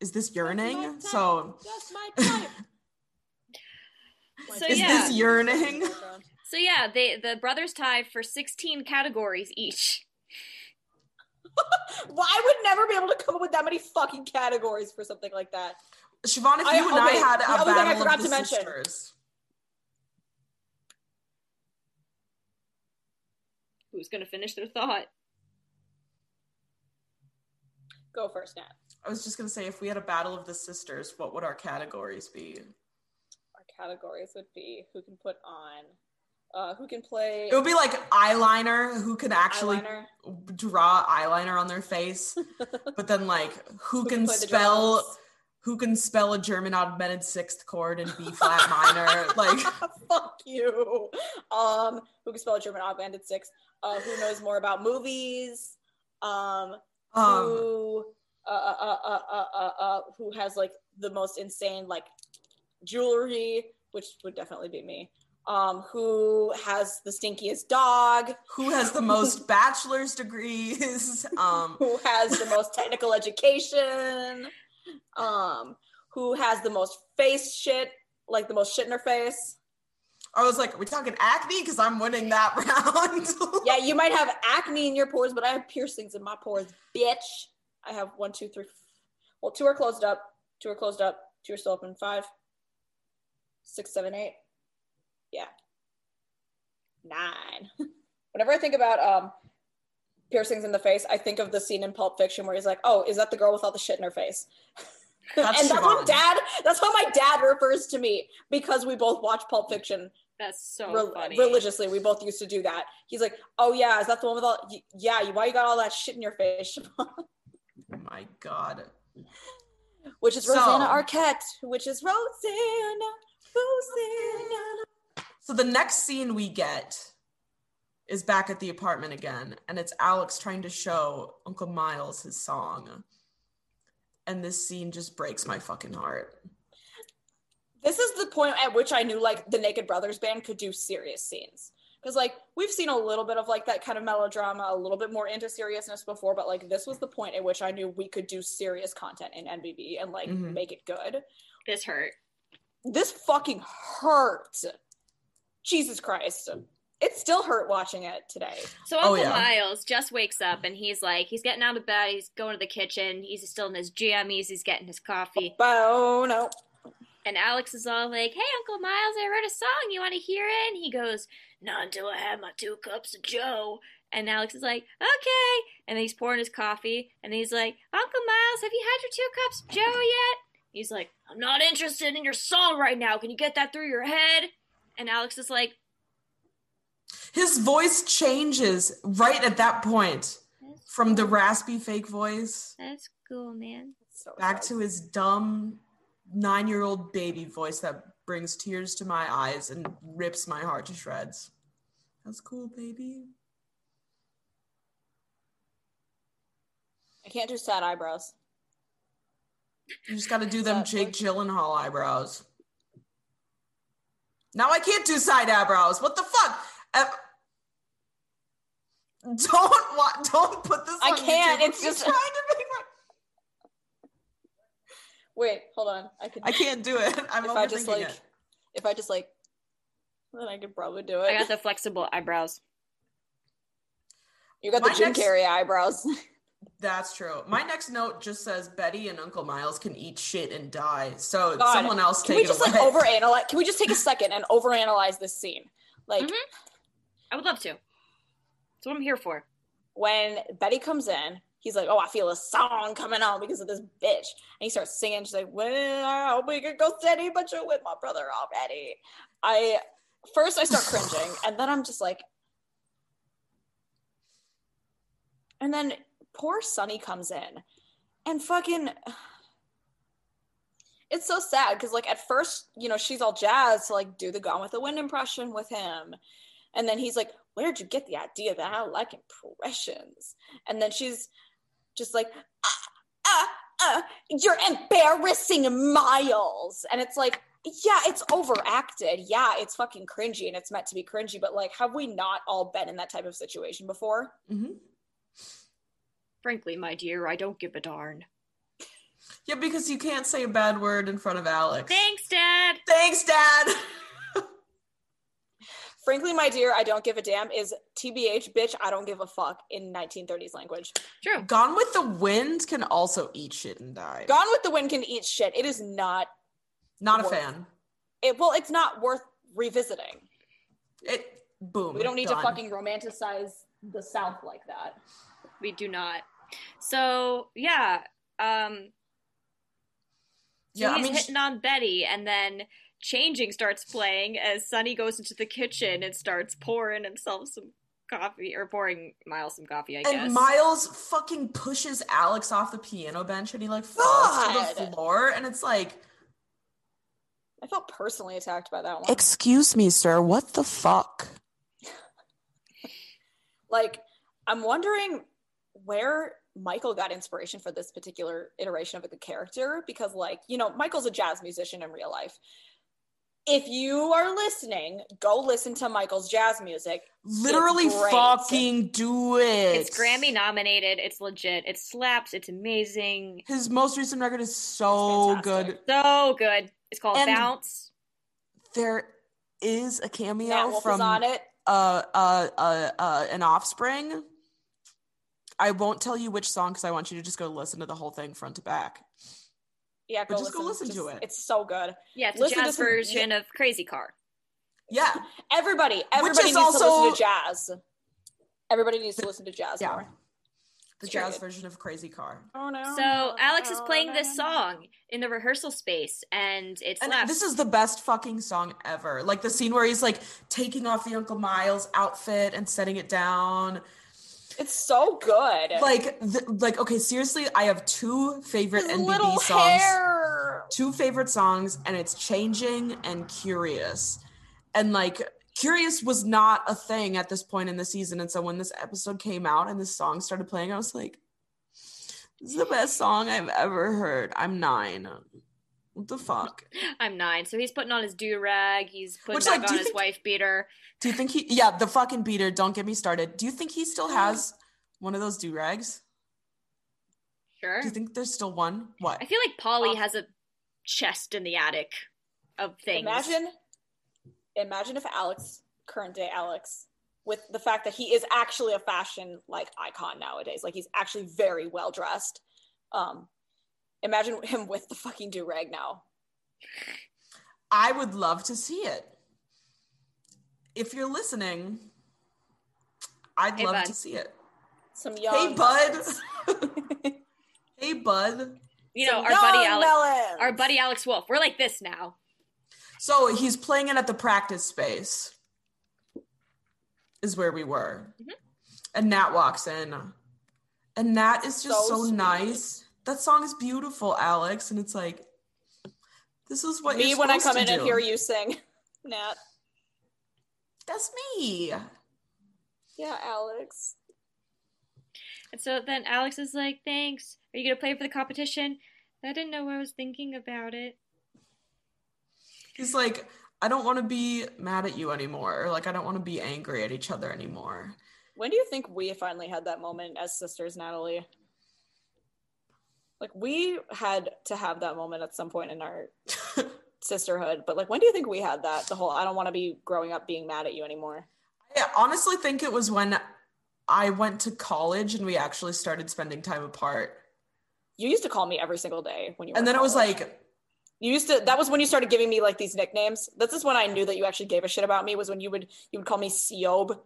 [SPEAKER 5] is this yearning?
[SPEAKER 4] type.
[SPEAKER 5] So
[SPEAKER 4] That's my type.
[SPEAKER 3] So,
[SPEAKER 5] Is yeah. this yearning?
[SPEAKER 3] So yeah, they the brothers tie for 16 categories each.
[SPEAKER 4] Well, I would never be able to come up with that many fucking categories for something like that.
[SPEAKER 5] Siobhan, if you
[SPEAKER 4] I-
[SPEAKER 5] and I
[SPEAKER 4] okay,
[SPEAKER 5] had
[SPEAKER 4] the
[SPEAKER 5] a
[SPEAKER 4] other thing I
[SPEAKER 5] battle
[SPEAKER 4] forgot
[SPEAKER 5] of
[SPEAKER 4] to
[SPEAKER 5] the
[SPEAKER 4] mention.
[SPEAKER 5] sisters,
[SPEAKER 3] Who's gonna finish their thought?
[SPEAKER 4] Go first, Nat.
[SPEAKER 5] I was just gonna say if we had a battle of the sisters, what would our categories be?
[SPEAKER 4] Our categories would be who can put on, uh, who can play
[SPEAKER 5] It would be like eyeliner, who can actually
[SPEAKER 4] eyeliner,
[SPEAKER 5] draw eyeliner on their face, but then like who
[SPEAKER 4] who
[SPEAKER 5] can
[SPEAKER 4] play the
[SPEAKER 5] spell
[SPEAKER 4] drums.
[SPEAKER 5] who can spell a German augmented sixth chord in B flat minor? like
[SPEAKER 4] fuck you. Um, who can spell a German augmented sixth? Uh, who knows more about movies? Um,
[SPEAKER 5] um
[SPEAKER 4] who uh, uh, uh, uh, uh, uh, who has like the most insane like jewelry, which would definitely be me. Um, who has the stinkiest dog?
[SPEAKER 5] who has the most bachelor's degrees? Um
[SPEAKER 4] Who has the most technical education? Um, who has the most face shit? Like the most shit in her face?
[SPEAKER 5] I was like, are we talking acne? Because I'm winning that round.
[SPEAKER 4] Yeah, you might have acne in your pores, but I have piercings in my pores, bitch. I have one, two, three. Well, two are closed up. Two are closed up. Two are still open. Five, six, seven, eight. Yeah. Nine. Whenever I think about um, piercings in the face, I think of the scene in Pulp Fiction where he's like, "Oh, is that the girl with all the shit in her face?"
[SPEAKER 5] That's
[SPEAKER 4] and that's what
[SPEAKER 5] Siobhan.
[SPEAKER 4] dad. That's how my dad refers to me because we both watch Pulp Fiction
[SPEAKER 3] That's so
[SPEAKER 4] rel-
[SPEAKER 3] funny.
[SPEAKER 4] religiously. We both used to do that. He's like, "Oh yeah, is that the one with all? y- Yeah, you- why you got all that shit in your face?"
[SPEAKER 5] Oh My God.
[SPEAKER 4] which is
[SPEAKER 5] So-
[SPEAKER 4] Rosanna Arquette. Which is Rosanna. Rosanna.
[SPEAKER 5] So the next scene we get is back at the apartment again, and it's Alex trying to show Uncle Miles his song. And this scene just breaks my fucking heart.
[SPEAKER 4] This is the point at which I knew like the Naked Brothers band could do serious scenes because like we've seen a little bit of like that kind of melodrama, a little bit more into seriousness before, but like this was the point at which I knew we could do serious content in NBB and like
[SPEAKER 3] Mm-hmm.
[SPEAKER 5] Mhm.
[SPEAKER 4] make it good.
[SPEAKER 3] This hurt.
[SPEAKER 4] this fucking hurt. Jesus Christ. It still hurt watching it today.
[SPEAKER 3] So
[SPEAKER 5] Oh,
[SPEAKER 3] Uncle
[SPEAKER 5] yeah.
[SPEAKER 3] Miles just wakes up and he's like, he's getting out of bed, he's going to the kitchen, he's still in his jammies, he's getting his coffee,
[SPEAKER 4] Bono.
[SPEAKER 3] and Alex is all like, "Hey, Uncle Miles, I wrote a song. You want to hear it?" And he goes, "Not until I have my two cups of Joe." And Alex is like, "Okay," and then he's pouring his coffee, and he's like, "Uncle Miles, have you had your two cups of Joe yet?" He's like, "I'm not interested in your song right now. Can you get that through your head?" And Alex is like,
[SPEAKER 5] His voice changes right at that point
[SPEAKER 3] "That's-
[SPEAKER 5] from the raspy fake voice
[SPEAKER 3] "That's cool, man."
[SPEAKER 4] So
[SPEAKER 5] back
[SPEAKER 4] sad.
[SPEAKER 5] to his dumb nine year old baby voice that brings tears to my eyes and rips my heart to shreds. That's cool, baby.
[SPEAKER 4] I can't do sad eyebrows.
[SPEAKER 5] You just got to do them
[SPEAKER 4] That
[SPEAKER 5] Jake
[SPEAKER 4] look-
[SPEAKER 5] Gyllenhaal eyebrows. Now I can't do side eyebrows. What the fuck? Uh, don't wa- don't put this.
[SPEAKER 4] I
[SPEAKER 5] on
[SPEAKER 4] can't.
[SPEAKER 5] YouTube.
[SPEAKER 4] It's
[SPEAKER 5] You're
[SPEAKER 4] just-
[SPEAKER 5] trying to make my-
[SPEAKER 4] Wait, hold on. I could
[SPEAKER 5] I can't do it. I'm
[SPEAKER 4] if
[SPEAKER 5] overthinking
[SPEAKER 4] I just like
[SPEAKER 5] it.
[SPEAKER 4] if I just like then I could probably do
[SPEAKER 3] I got
[SPEAKER 4] it.
[SPEAKER 3] the flexible eyebrows.
[SPEAKER 4] You got the
[SPEAKER 5] My
[SPEAKER 4] Jim
[SPEAKER 5] next-
[SPEAKER 4] Carrey eyebrows.
[SPEAKER 5] That's true. My next note just says Betty and Uncle Miles can eat shit and die. So
[SPEAKER 4] God,
[SPEAKER 5] someone else
[SPEAKER 4] Can we
[SPEAKER 5] take it
[SPEAKER 4] just
[SPEAKER 5] away.
[SPEAKER 4] like overanalyze can we just take a second and overanalyze this scene? Like
[SPEAKER 3] Mhm. I would love to. That's what I'm here for.
[SPEAKER 4] when Betty comes in, he's like, "Oh, I feel a song coming on because of this bitch," and he starts singing. She's like, "Well, I hope we could go steady, but you're with my brother already." I first I start cringing, and then I'm just like, and then poor Sonny comes in, and fucking. It's so sad because, like, at first, you know, she's all jazzed to like do the Gone with the Wind impression with him, and then he's like, Where'd you get the idea that I like impressions? And then she's just like, ah, ah, ah, You're embarrassing Miles. And it's like, yeah, it's overacted. Yeah, it's fucking cringy and it's meant to be cringy. But like, have we not all been in that type of situation before?
[SPEAKER 5] Mhm.
[SPEAKER 3] Frankly, my dear, I don't give a darn.
[SPEAKER 5] Yeah, because you can't say a bad word in front of Alex.
[SPEAKER 3] Thanks, Dad.
[SPEAKER 5] Thanks, Dad.
[SPEAKER 4] Frankly, my dear, I don't give a damn is TBH, bitch, I don't give a fuck in 1930s language.
[SPEAKER 3] True.
[SPEAKER 5] Gone with the Wind can also eat shit and die.
[SPEAKER 4] Gone with the Wind can eat shit. It is not,
[SPEAKER 5] Not a
[SPEAKER 4] Worth.
[SPEAKER 5] fan.
[SPEAKER 4] it well, it's not worth revisiting.
[SPEAKER 5] It boom.
[SPEAKER 4] We don't need to
[SPEAKER 5] done.
[SPEAKER 4] fucking romanticize the South like that.
[SPEAKER 3] We do not. So yeah, um,
[SPEAKER 5] Yeah, I
[SPEAKER 3] he's
[SPEAKER 5] mean,
[SPEAKER 3] hitting on Betty, and then changing starts playing as Sonny goes into the kitchen and starts pouring himself some coffee or pouring Miles some coffee. I guess.
[SPEAKER 5] and Miles fucking pushes Alex off the piano bench, and he like falls to the
[SPEAKER 4] God.
[SPEAKER 5] floor, and it's like,
[SPEAKER 4] I felt personally attacked by that one.
[SPEAKER 5] excuse me, sir, what the fuck?
[SPEAKER 4] like, I'm wondering where Michael got inspiration for this particular iteration of the character because, like, you know, Michael's a jazz musician in real life. If you are listening, go listen to Michael's jazz music.
[SPEAKER 5] Literally
[SPEAKER 4] great.
[SPEAKER 5] fucking do it.
[SPEAKER 3] It's Grammy nominated. It's legit. It slaps. It's amazing.
[SPEAKER 5] His most recent record is so
[SPEAKER 4] It's fantastic.
[SPEAKER 5] good.
[SPEAKER 3] So good. It's called
[SPEAKER 5] And-
[SPEAKER 3] Bounce.
[SPEAKER 5] There is a
[SPEAKER 4] Matt
[SPEAKER 5] cameo
[SPEAKER 4] Wolf
[SPEAKER 5] from
[SPEAKER 4] is on it.
[SPEAKER 5] uh, uh, uh, uh, an offspring. I won't tell you which song because I want you to just go listen to the whole thing front to back.
[SPEAKER 4] Yeah, go
[SPEAKER 5] just go listen to it.
[SPEAKER 4] It's so good.
[SPEAKER 3] Yeah, it's a
[SPEAKER 4] Listen to
[SPEAKER 3] jazz
[SPEAKER 4] some-
[SPEAKER 3] version of Crazy Car.
[SPEAKER 5] Yeah,
[SPEAKER 4] Everybody, everybody
[SPEAKER 5] is
[SPEAKER 4] needs to
[SPEAKER 5] also-
[SPEAKER 4] listen to jazz. Everybody needs to listen to jazz
[SPEAKER 5] yeah.
[SPEAKER 4] more.
[SPEAKER 5] The
[SPEAKER 4] It's very
[SPEAKER 5] jazz
[SPEAKER 4] good.
[SPEAKER 5] version of Crazy Car.
[SPEAKER 4] Oh no.
[SPEAKER 3] So Alex is playing this song in the rehearsal space, and it
[SPEAKER 5] And
[SPEAKER 3] slaps.
[SPEAKER 5] this is the best fucking song ever. Like the scene where he's like taking off the Uncle Miles outfit and setting it down.
[SPEAKER 4] It's so good.
[SPEAKER 5] Like, th- like okay, seriously, I have two favorite
[SPEAKER 4] His
[SPEAKER 5] NBB
[SPEAKER 4] little
[SPEAKER 5] songs.
[SPEAKER 4] hair.
[SPEAKER 5] Two favorite songs, and it's Changing and Curious. And like, Curious was not a thing at this point in the season. And so when this episode came out and this song started playing, I was like, this is the best song I've ever heard. I'm nine. What the fuck?
[SPEAKER 3] I'm nine, so he's putting on his do rag. He's putting
[SPEAKER 5] Which,
[SPEAKER 3] back
[SPEAKER 5] like, do
[SPEAKER 3] on
[SPEAKER 5] you
[SPEAKER 3] his
[SPEAKER 5] think-
[SPEAKER 3] wife beater.
[SPEAKER 5] Do you think he? Yeah, the fucking beater. Don't get me started. Do you think he still has one of those do rags?
[SPEAKER 3] Sure.
[SPEAKER 5] Do you think there's still one? What?
[SPEAKER 3] I feel like Polly has a chest in the attic of things.
[SPEAKER 4] Imagine, imagine if Alex, current day Alex, with the fact that he is actually a fashion like icon nowadays, like he's actually very well dressed. Um, imagine him with the fucking do rag now.
[SPEAKER 5] I would love to see it. If you're listening, I'd
[SPEAKER 3] Hey,
[SPEAKER 5] love
[SPEAKER 3] bud.
[SPEAKER 5] to see it.
[SPEAKER 4] Some young,
[SPEAKER 5] hey, bud. hey, bud.
[SPEAKER 3] you know,
[SPEAKER 4] some
[SPEAKER 3] our buddy
[SPEAKER 4] young
[SPEAKER 3] Alex,
[SPEAKER 4] melons.
[SPEAKER 3] our buddy Alex Wolf. We're like this now.
[SPEAKER 5] So he's playing it at the practice space, is where we were. And Nat walks in. And Nat is just
[SPEAKER 4] Mm-hmm. So
[SPEAKER 5] so,
[SPEAKER 4] sweet.
[SPEAKER 5] nice. That song is beautiful, Alex. And it's like, this is what
[SPEAKER 4] Me
[SPEAKER 5] you're
[SPEAKER 4] when I come
[SPEAKER 5] supposed
[SPEAKER 4] in
[SPEAKER 5] to
[SPEAKER 4] and
[SPEAKER 5] do.
[SPEAKER 4] hear you sing, Nat.
[SPEAKER 5] That's me.
[SPEAKER 4] Yeah, Alex.
[SPEAKER 3] And so then Alex is like, "Thanks. Are you gonna play for the competition?" I didn't know I was thinking about it.
[SPEAKER 5] He's like, I don't want to be mad at you anymore. Or like, I don't want to be angry at each other anymore.
[SPEAKER 4] When do you think we finally had that moment as sisters, Natalie? Like we had to have that moment at some point in our sisterhood, but like when do you think we had that? The whole I don't want to be growing up being mad at you anymore.
[SPEAKER 5] I honestly think it was when I went to college and we actually started spending time apart.
[SPEAKER 4] You used to call me every single day when you were
[SPEAKER 5] And then
[SPEAKER 4] in
[SPEAKER 5] it was
[SPEAKER 4] college.
[SPEAKER 5] like,
[SPEAKER 4] you used to that was when you started giving me like these nicknames. This is when I knew that you actually gave a shit about me was when you would you would call me Seob.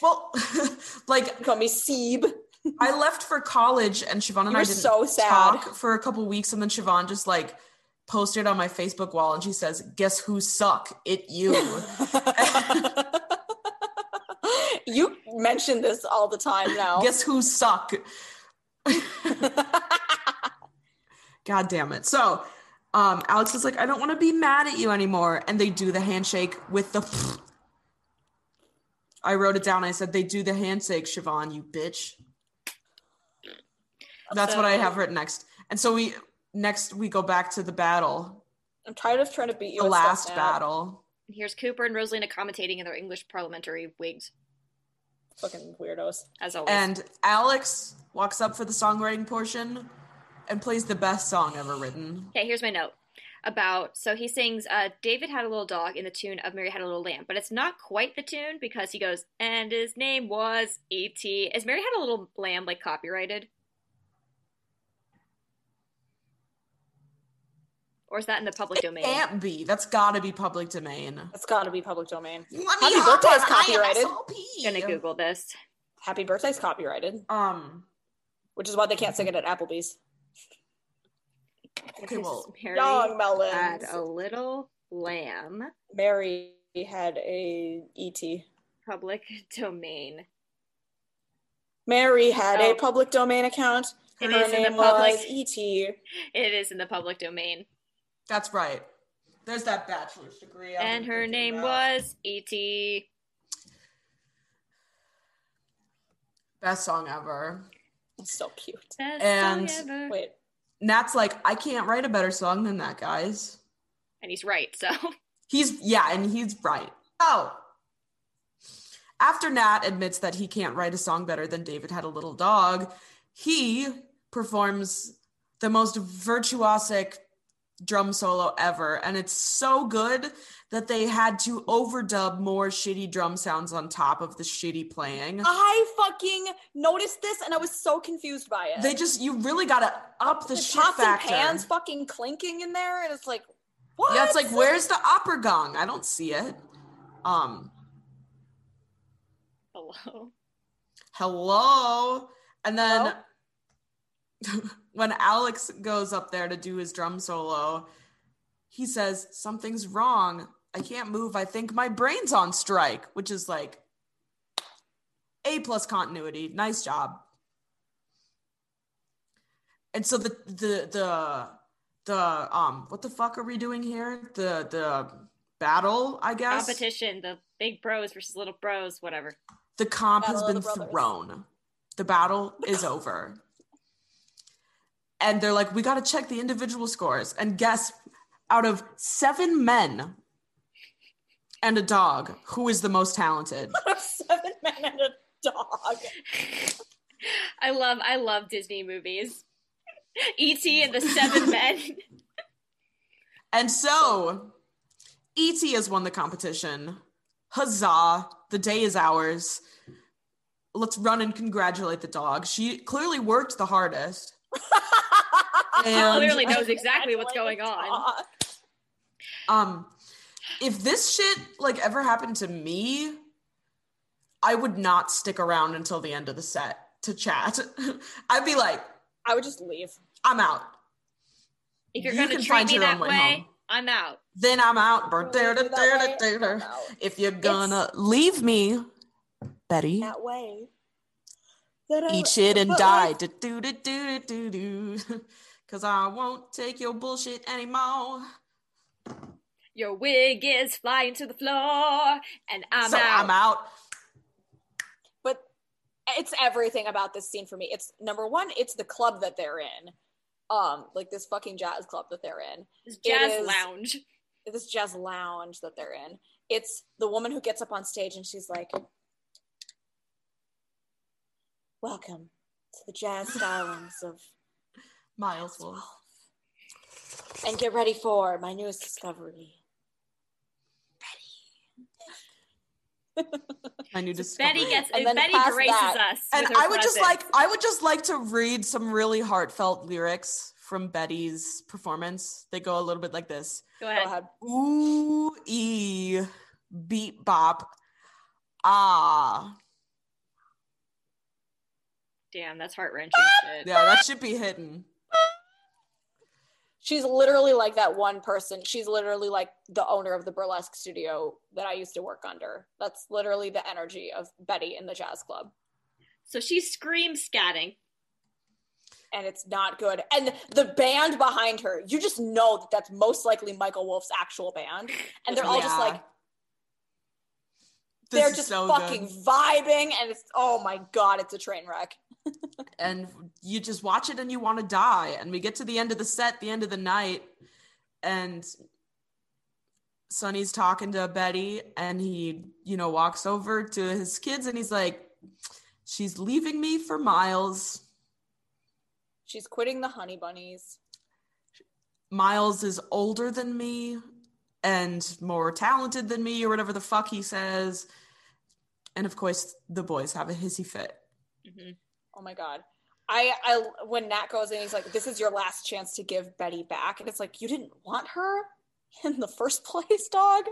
[SPEAKER 5] Well, like
[SPEAKER 4] You'd call me Seeb.
[SPEAKER 5] I left for college and Siobhan and
[SPEAKER 4] You
[SPEAKER 5] I
[SPEAKER 4] were
[SPEAKER 5] didn't
[SPEAKER 4] so sad.
[SPEAKER 5] talk for a couple weeks, and then Siobhan just like posted on my Facebook wall and she says, "Guess who suck? It you."
[SPEAKER 4] you mention this all the time now.
[SPEAKER 5] Guess who suck? God damn it! So, um, Alex is like, "I don't want to be mad at you anymore," and they do the handshake with the. I wrote it down. I said they do the handshake, Siobhan, you bitch. That's what I have written next. And so we next we go back to the battle
[SPEAKER 4] I'm tired of trying to beat you.
[SPEAKER 5] the
[SPEAKER 4] at stuff
[SPEAKER 5] last
[SPEAKER 4] now.
[SPEAKER 5] battle.
[SPEAKER 3] Here's Cooper and Rosalina commentating in their English parliamentary wigs,
[SPEAKER 4] Fucking weirdos.
[SPEAKER 3] as always.
[SPEAKER 5] And Alex walks up for the songwriting portion and plays the best song ever written.
[SPEAKER 3] Okay, here's my note about so he sings uh, David had a little dog in the tune of Mary had a little lamb, but it's not quite the tune because he goes and his name was E.T. Is Mary had a little lamb like copyrighted? Or is that in the public domain?
[SPEAKER 5] Can't be. That's gotta be public domain.
[SPEAKER 4] That's got to be public domain.
[SPEAKER 5] Let me
[SPEAKER 4] Happy
[SPEAKER 5] hop
[SPEAKER 4] birthday is
[SPEAKER 5] on
[SPEAKER 4] copyrighted.
[SPEAKER 5] IMSLP.
[SPEAKER 3] Gonna Google this.
[SPEAKER 4] Happy Birthday's copyrighted,
[SPEAKER 5] Um.
[SPEAKER 4] which is why they can't sing it at Applebee's.
[SPEAKER 5] Okay.
[SPEAKER 3] This is
[SPEAKER 5] Well.
[SPEAKER 3] Mary
[SPEAKER 4] Young
[SPEAKER 3] had
[SPEAKER 4] melons.
[SPEAKER 3] a little lamb.
[SPEAKER 4] Mary had a E ET.
[SPEAKER 3] Public domain.
[SPEAKER 4] Mary had a
[SPEAKER 3] Oh.
[SPEAKER 4] public domain account.
[SPEAKER 3] It
[SPEAKER 4] Her
[SPEAKER 3] is in the
[SPEAKER 4] name
[SPEAKER 3] public.
[SPEAKER 4] was E ET.
[SPEAKER 3] It is in the public domain.
[SPEAKER 5] That's right. There's that bachelor's degree. I've
[SPEAKER 3] And
[SPEAKER 5] been
[SPEAKER 3] her
[SPEAKER 5] thinking
[SPEAKER 3] name
[SPEAKER 5] about.
[SPEAKER 3] was E E.T.
[SPEAKER 5] best song ever.
[SPEAKER 4] It's so cute.
[SPEAKER 3] Best
[SPEAKER 5] And-
[SPEAKER 3] song ever.
[SPEAKER 4] Wait,
[SPEAKER 5] Nat's like, I can't write a better song than that, guys.
[SPEAKER 3] And he's right, so
[SPEAKER 5] He's yeah, and he's right. Oh. After Nat admits that he can't write a song better than David had a little dog, he performs the most virtuosic drum solo ever and it's so good that they had to overdub more shitty drum sounds on top of the shitty playing.
[SPEAKER 4] I fucking noticed this and I was so confused by it.
[SPEAKER 5] They just you really got to up the,
[SPEAKER 4] The
[SPEAKER 5] shit
[SPEAKER 4] pots and
[SPEAKER 5] factor.
[SPEAKER 4] pans fucking clinking in there, and it's like, what?
[SPEAKER 5] Yeah, it's like where's the opera gong? I don't see it. Um,
[SPEAKER 3] hello.
[SPEAKER 5] hello. And then when Alex goes up there to do his drum solo, he says something's wrong. I can't move. I think my brain's on strike, which is like a plus continuity. Nice job. And so the the the the um what the fuck are we doing here? The the battle, I guess.
[SPEAKER 3] competition, the big bros versus little bros, whatever.
[SPEAKER 5] The comp
[SPEAKER 4] Battle of
[SPEAKER 5] has been
[SPEAKER 4] the Brothers.
[SPEAKER 5] thrown. The battle is over. And they're like, we got to check the individual scores. And guess out of seven men and a dog, who is the most talented?
[SPEAKER 4] seven men and a dog?
[SPEAKER 3] I love I love Disney movies. E.T. and the Seven Men.
[SPEAKER 5] And so E.T. has won the competition. Huzzah. The day is ours. Let's run and congratulate the dog. She clearly worked the hardest. And-
[SPEAKER 3] Clearly knows exactly what's going on.
[SPEAKER 4] Dog.
[SPEAKER 5] Um, if this shit like ever happened to me, I would not stick around until the end of the set to chat. I'd be like,
[SPEAKER 4] I would just leave.
[SPEAKER 5] I'm out.
[SPEAKER 3] If you're
[SPEAKER 5] You
[SPEAKER 3] gonna
[SPEAKER 5] can
[SPEAKER 3] treat
[SPEAKER 5] find
[SPEAKER 3] me
[SPEAKER 5] your
[SPEAKER 3] that
[SPEAKER 5] own way
[SPEAKER 3] way,
[SPEAKER 5] home.
[SPEAKER 3] I'm out.
[SPEAKER 5] Then I'm out.
[SPEAKER 4] Really do that way?
[SPEAKER 5] Burr-der-der-der-der-der.
[SPEAKER 4] Out.
[SPEAKER 5] If you're gonna leave me, Betty,
[SPEAKER 4] That way. That I-
[SPEAKER 5] eat shit and
[SPEAKER 4] but
[SPEAKER 5] die.
[SPEAKER 4] like-
[SPEAKER 5] Do-do-do-do-do-do. Cause I won't take your bullshit anymore.
[SPEAKER 3] Your wig is flying to the floor, and I'm
[SPEAKER 5] so
[SPEAKER 3] out.
[SPEAKER 5] I'm out.
[SPEAKER 4] but it's everything about this scene for me. It's number one, it's the club that they're in. Um, like this fucking jazz club that they're in.
[SPEAKER 3] It's Jazz
[SPEAKER 4] is-
[SPEAKER 3] lounge.
[SPEAKER 4] this jazz lounge that they're in. It's the woman who gets up on stage and she's like, Welcome to the jazz stylings of
[SPEAKER 5] Miles Wolf.
[SPEAKER 4] and get ready for my newest discovery.
[SPEAKER 5] My new
[SPEAKER 3] So
[SPEAKER 5] discovery.
[SPEAKER 3] Betty gets
[SPEAKER 4] And then
[SPEAKER 3] Betty
[SPEAKER 4] past
[SPEAKER 3] graces
[SPEAKER 4] that-
[SPEAKER 3] us.
[SPEAKER 5] and
[SPEAKER 3] with her
[SPEAKER 5] I would just
[SPEAKER 3] presence.
[SPEAKER 5] like I would just like to read some really heartfelt lyrics from Betty's performance. They go a little bit like this.
[SPEAKER 3] Go
[SPEAKER 4] Go
[SPEAKER 3] ahead.
[SPEAKER 4] ahead.
[SPEAKER 5] Ooh ee beat bop. Ah.
[SPEAKER 3] Damn, that's heart wrenching shit.
[SPEAKER 5] Ah! Yeah, that should be hidden.
[SPEAKER 4] She's literally like that one person. She's literally like the owner of the burlesque studio that I used to work under. That's literally the energy of Betty in the jazz club.
[SPEAKER 3] So she screams scatting.
[SPEAKER 4] And it's not good. And the band behind her, you just know that that's most likely Michael Wolf's actual band. And they're all just
[SPEAKER 5] Yeah.
[SPEAKER 4] like,
[SPEAKER 5] This
[SPEAKER 4] they're
[SPEAKER 5] is
[SPEAKER 4] just
[SPEAKER 5] so
[SPEAKER 4] fucking
[SPEAKER 5] good.
[SPEAKER 4] vibing and it's oh my god it's a train wreck
[SPEAKER 5] and you just watch it and you want to die. And we get to the end of the set, the end of the night, and Sonny's talking to Betty, and he, you know, walks over to his kids and he's like, She's leaving me for miles.
[SPEAKER 4] She's quitting the honey bunnies.
[SPEAKER 5] Miles is older than me and more talented than me, or whatever the fuck he says. And of course, the boys have a hissy fit.
[SPEAKER 3] mm-hmm,
[SPEAKER 4] Oh my god. I, I when Nat goes in, he's like, "This is your last chance to give Betty back," and it's like, "You didn't want her in the first place, dog.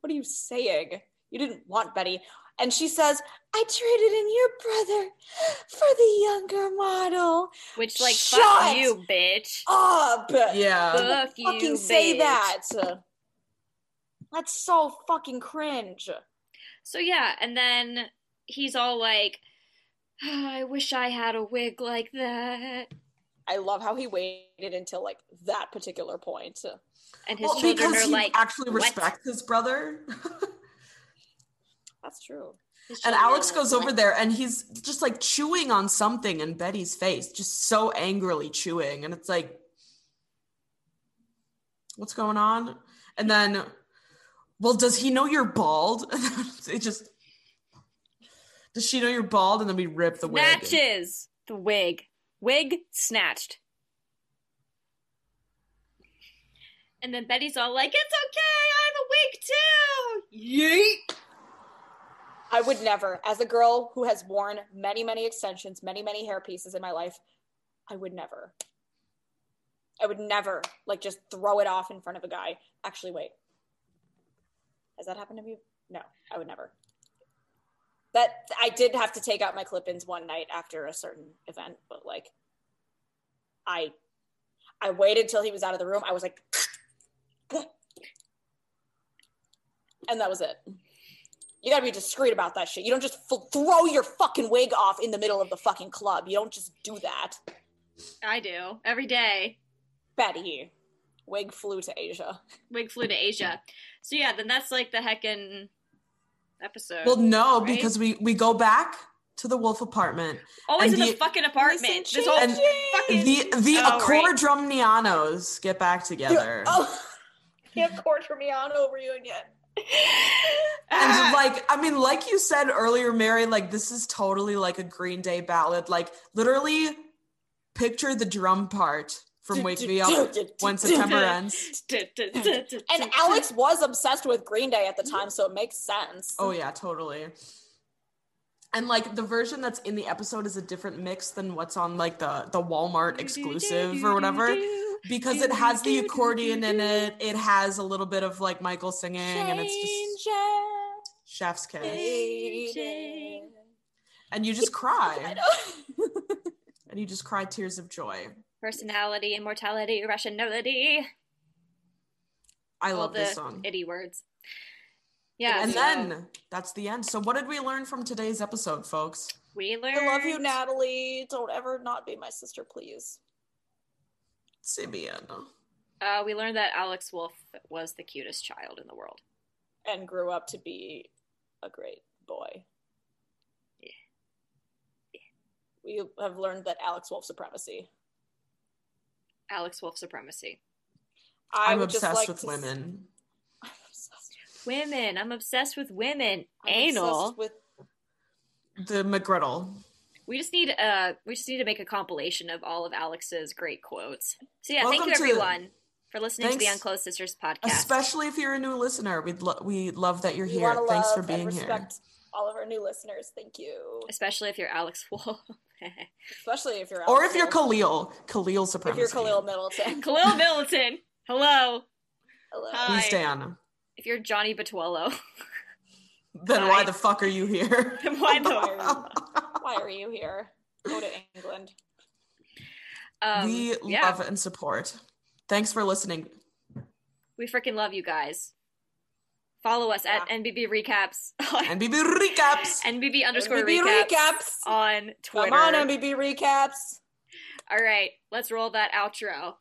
[SPEAKER 4] What are you saying? You didn't want Betty." And she says, "I traded in your brother for the younger model."
[SPEAKER 3] Which like
[SPEAKER 4] Shut
[SPEAKER 3] fuck you, bitch.
[SPEAKER 4] Up,
[SPEAKER 5] Yeah.
[SPEAKER 3] Fuck you,
[SPEAKER 4] fucking say
[SPEAKER 3] bitch.
[SPEAKER 4] that. That's so fucking cringe.
[SPEAKER 3] So yeah, and then he's all like, "Ah, "I wish I had a wig like that."
[SPEAKER 4] I love how he waited until like that particular point.
[SPEAKER 3] And his
[SPEAKER 5] Well,
[SPEAKER 3] children
[SPEAKER 5] because
[SPEAKER 3] are
[SPEAKER 5] he
[SPEAKER 3] like,
[SPEAKER 5] actually
[SPEAKER 3] "What?"
[SPEAKER 5] respects his brother.
[SPEAKER 4] That's true.
[SPEAKER 3] His
[SPEAKER 5] and
[SPEAKER 3] children are
[SPEAKER 5] Alex
[SPEAKER 3] like,
[SPEAKER 5] goes
[SPEAKER 3] "What?"
[SPEAKER 5] over there and he's just like chewing on something in Betty's face, just so angrily chewing. And it's like, what's going on? And then, well, does he know you're bald? it just, does she know you're bald? And then we rip the wig.
[SPEAKER 3] Snatches the wig. Wig snatched. And then Betty's all like, "It's okay, I have a wig too." Yeet.
[SPEAKER 4] I would never, as a girl who has worn many, many extensions, many, many hair pieces in my life, I would never. I would never like just throw it off in front of a guy. Actually, wait. Has that happened to me? No, I would never. That I did have to take out my clip-ins one night after a certain event, but like I I waited till he was out of the room. I was like and that was it. You gotta be discreet about that shit. You don't just f- throw your fucking wig off in the middle of the fucking club. You don't just do that.
[SPEAKER 3] I do every day.
[SPEAKER 4] Betty, wig flew to Asia.
[SPEAKER 3] Wig flew to Asia. So yeah, then that's like the heckin' episode.
[SPEAKER 5] Well, no,
[SPEAKER 3] Right?
[SPEAKER 5] because we, we go back to the Wolf apartment.
[SPEAKER 3] Always
[SPEAKER 5] and
[SPEAKER 3] in the,
[SPEAKER 5] the-
[SPEAKER 3] fucking apartment. This whole
[SPEAKER 5] and
[SPEAKER 3] fucking
[SPEAKER 5] The the
[SPEAKER 3] Oh, right.
[SPEAKER 5] Acordromnianos get back together.
[SPEAKER 4] Oh, yeah, Cortramiano reunion.
[SPEAKER 3] Ah.
[SPEAKER 5] And like, I mean, like you said earlier, Mary, like this is totally like a Green Day ballad. Like literally picture the drum part from Wake Me Up when September ends.
[SPEAKER 4] And Alex was obsessed with Green Day at the time, so it makes sense.
[SPEAKER 5] Oh yeah, totally. And like the version that's in the episode is a different mix than what's on like the the Walmart exclusive or whatever because it has the accordion in it. It has a little bit of like Michael singing and it's just chef's kiss.
[SPEAKER 4] Changing.
[SPEAKER 5] And you just
[SPEAKER 4] I
[SPEAKER 5] cry.
[SPEAKER 4] know.
[SPEAKER 5] And you just cry tears of joy.
[SPEAKER 3] Personality, immortality, rationality.
[SPEAKER 5] I
[SPEAKER 3] All
[SPEAKER 5] love
[SPEAKER 3] the
[SPEAKER 5] this song.
[SPEAKER 3] Itty words. Yeah.
[SPEAKER 5] and
[SPEAKER 3] so
[SPEAKER 5] then that's the end. So, what did we learn from today's episode, folks?
[SPEAKER 3] we learned.
[SPEAKER 4] I love you, Natalie. Don't ever not be my sister, please.
[SPEAKER 5] Simeon.
[SPEAKER 3] Uh, we learned that Alex Wolf was the cutest child in the world.
[SPEAKER 4] And grew up to be a great boy.
[SPEAKER 3] Yeah.
[SPEAKER 4] We have learned that Alex Wolf supremacy.
[SPEAKER 3] Alex Wolf supremacy.
[SPEAKER 4] I
[SPEAKER 5] I'm
[SPEAKER 4] would just
[SPEAKER 5] obsessed
[SPEAKER 4] like
[SPEAKER 5] with
[SPEAKER 4] to s-
[SPEAKER 5] women.
[SPEAKER 4] I'm obsessed.
[SPEAKER 3] Women. I'm obsessed with women.
[SPEAKER 4] I'm
[SPEAKER 3] Anal.
[SPEAKER 4] obsessed with
[SPEAKER 5] The McGriddle.
[SPEAKER 3] We just need uh we just need to make a compilation of all of Alex's great quotes. So yeah,
[SPEAKER 5] Welcome
[SPEAKER 3] thank
[SPEAKER 5] to-
[SPEAKER 3] you everyone for listening to the
[SPEAKER 5] Thanks.
[SPEAKER 3] Unclosed Sisters podcast.
[SPEAKER 5] Especially if you're a new listener, we'd lo- we love that you're
[SPEAKER 4] we
[SPEAKER 5] here.
[SPEAKER 4] want to
[SPEAKER 5] Thanks
[SPEAKER 4] love
[SPEAKER 5] for being
[SPEAKER 4] and
[SPEAKER 5] here.
[SPEAKER 4] respect all of our new listeners. Thank you,
[SPEAKER 3] Especially if you're Alex Wolf.
[SPEAKER 4] especially if you're
[SPEAKER 5] Or
[SPEAKER 4] Alex
[SPEAKER 5] if you're
[SPEAKER 4] Wolf.
[SPEAKER 5] Khalil, Khalil
[SPEAKER 4] if
[SPEAKER 5] supremacy.
[SPEAKER 4] you're Khalil Middleton.
[SPEAKER 3] Khalil Middleton. Hello.
[SPEAKER 4] Hello.
[SPEAKER 3] Hi.
[SPEAKER 5] He's Dan.
[SPEAKER 3] If you're Johnny Batuolo.
[SPEAKER 5] Then why
[SPEAKER 3] Hi.
[SPEAKER 5] the fuck are you here?
[SPEAKER 3] Then why
[SPEAKER 4] Oh,
[SPEAKER 3] the-
[SPEAKER 4] Um, Why are you here? Go to England.
[SPEAKER 3] Um,
[SPEAKER 5] we
[SPEAKER 3] yeah,
[SPEAKER 5] love and support. Thanks for listening.
[SPEAKER 3] we freaking love you guys. Follow us at NBB recaps on
[SPEAKER 5] NBB recaps.
[SPEAKER 3] NBB underscore
[SPEAKER 4] NBB
[SPEAKER 3] recaps,
[SPEAKER 4] recaps.
[SPEAKER 3] on Twitter.
[SPEAKER 4] Come on, MBB recaps.
[SPEAKER 3] All right, let's roll that outro.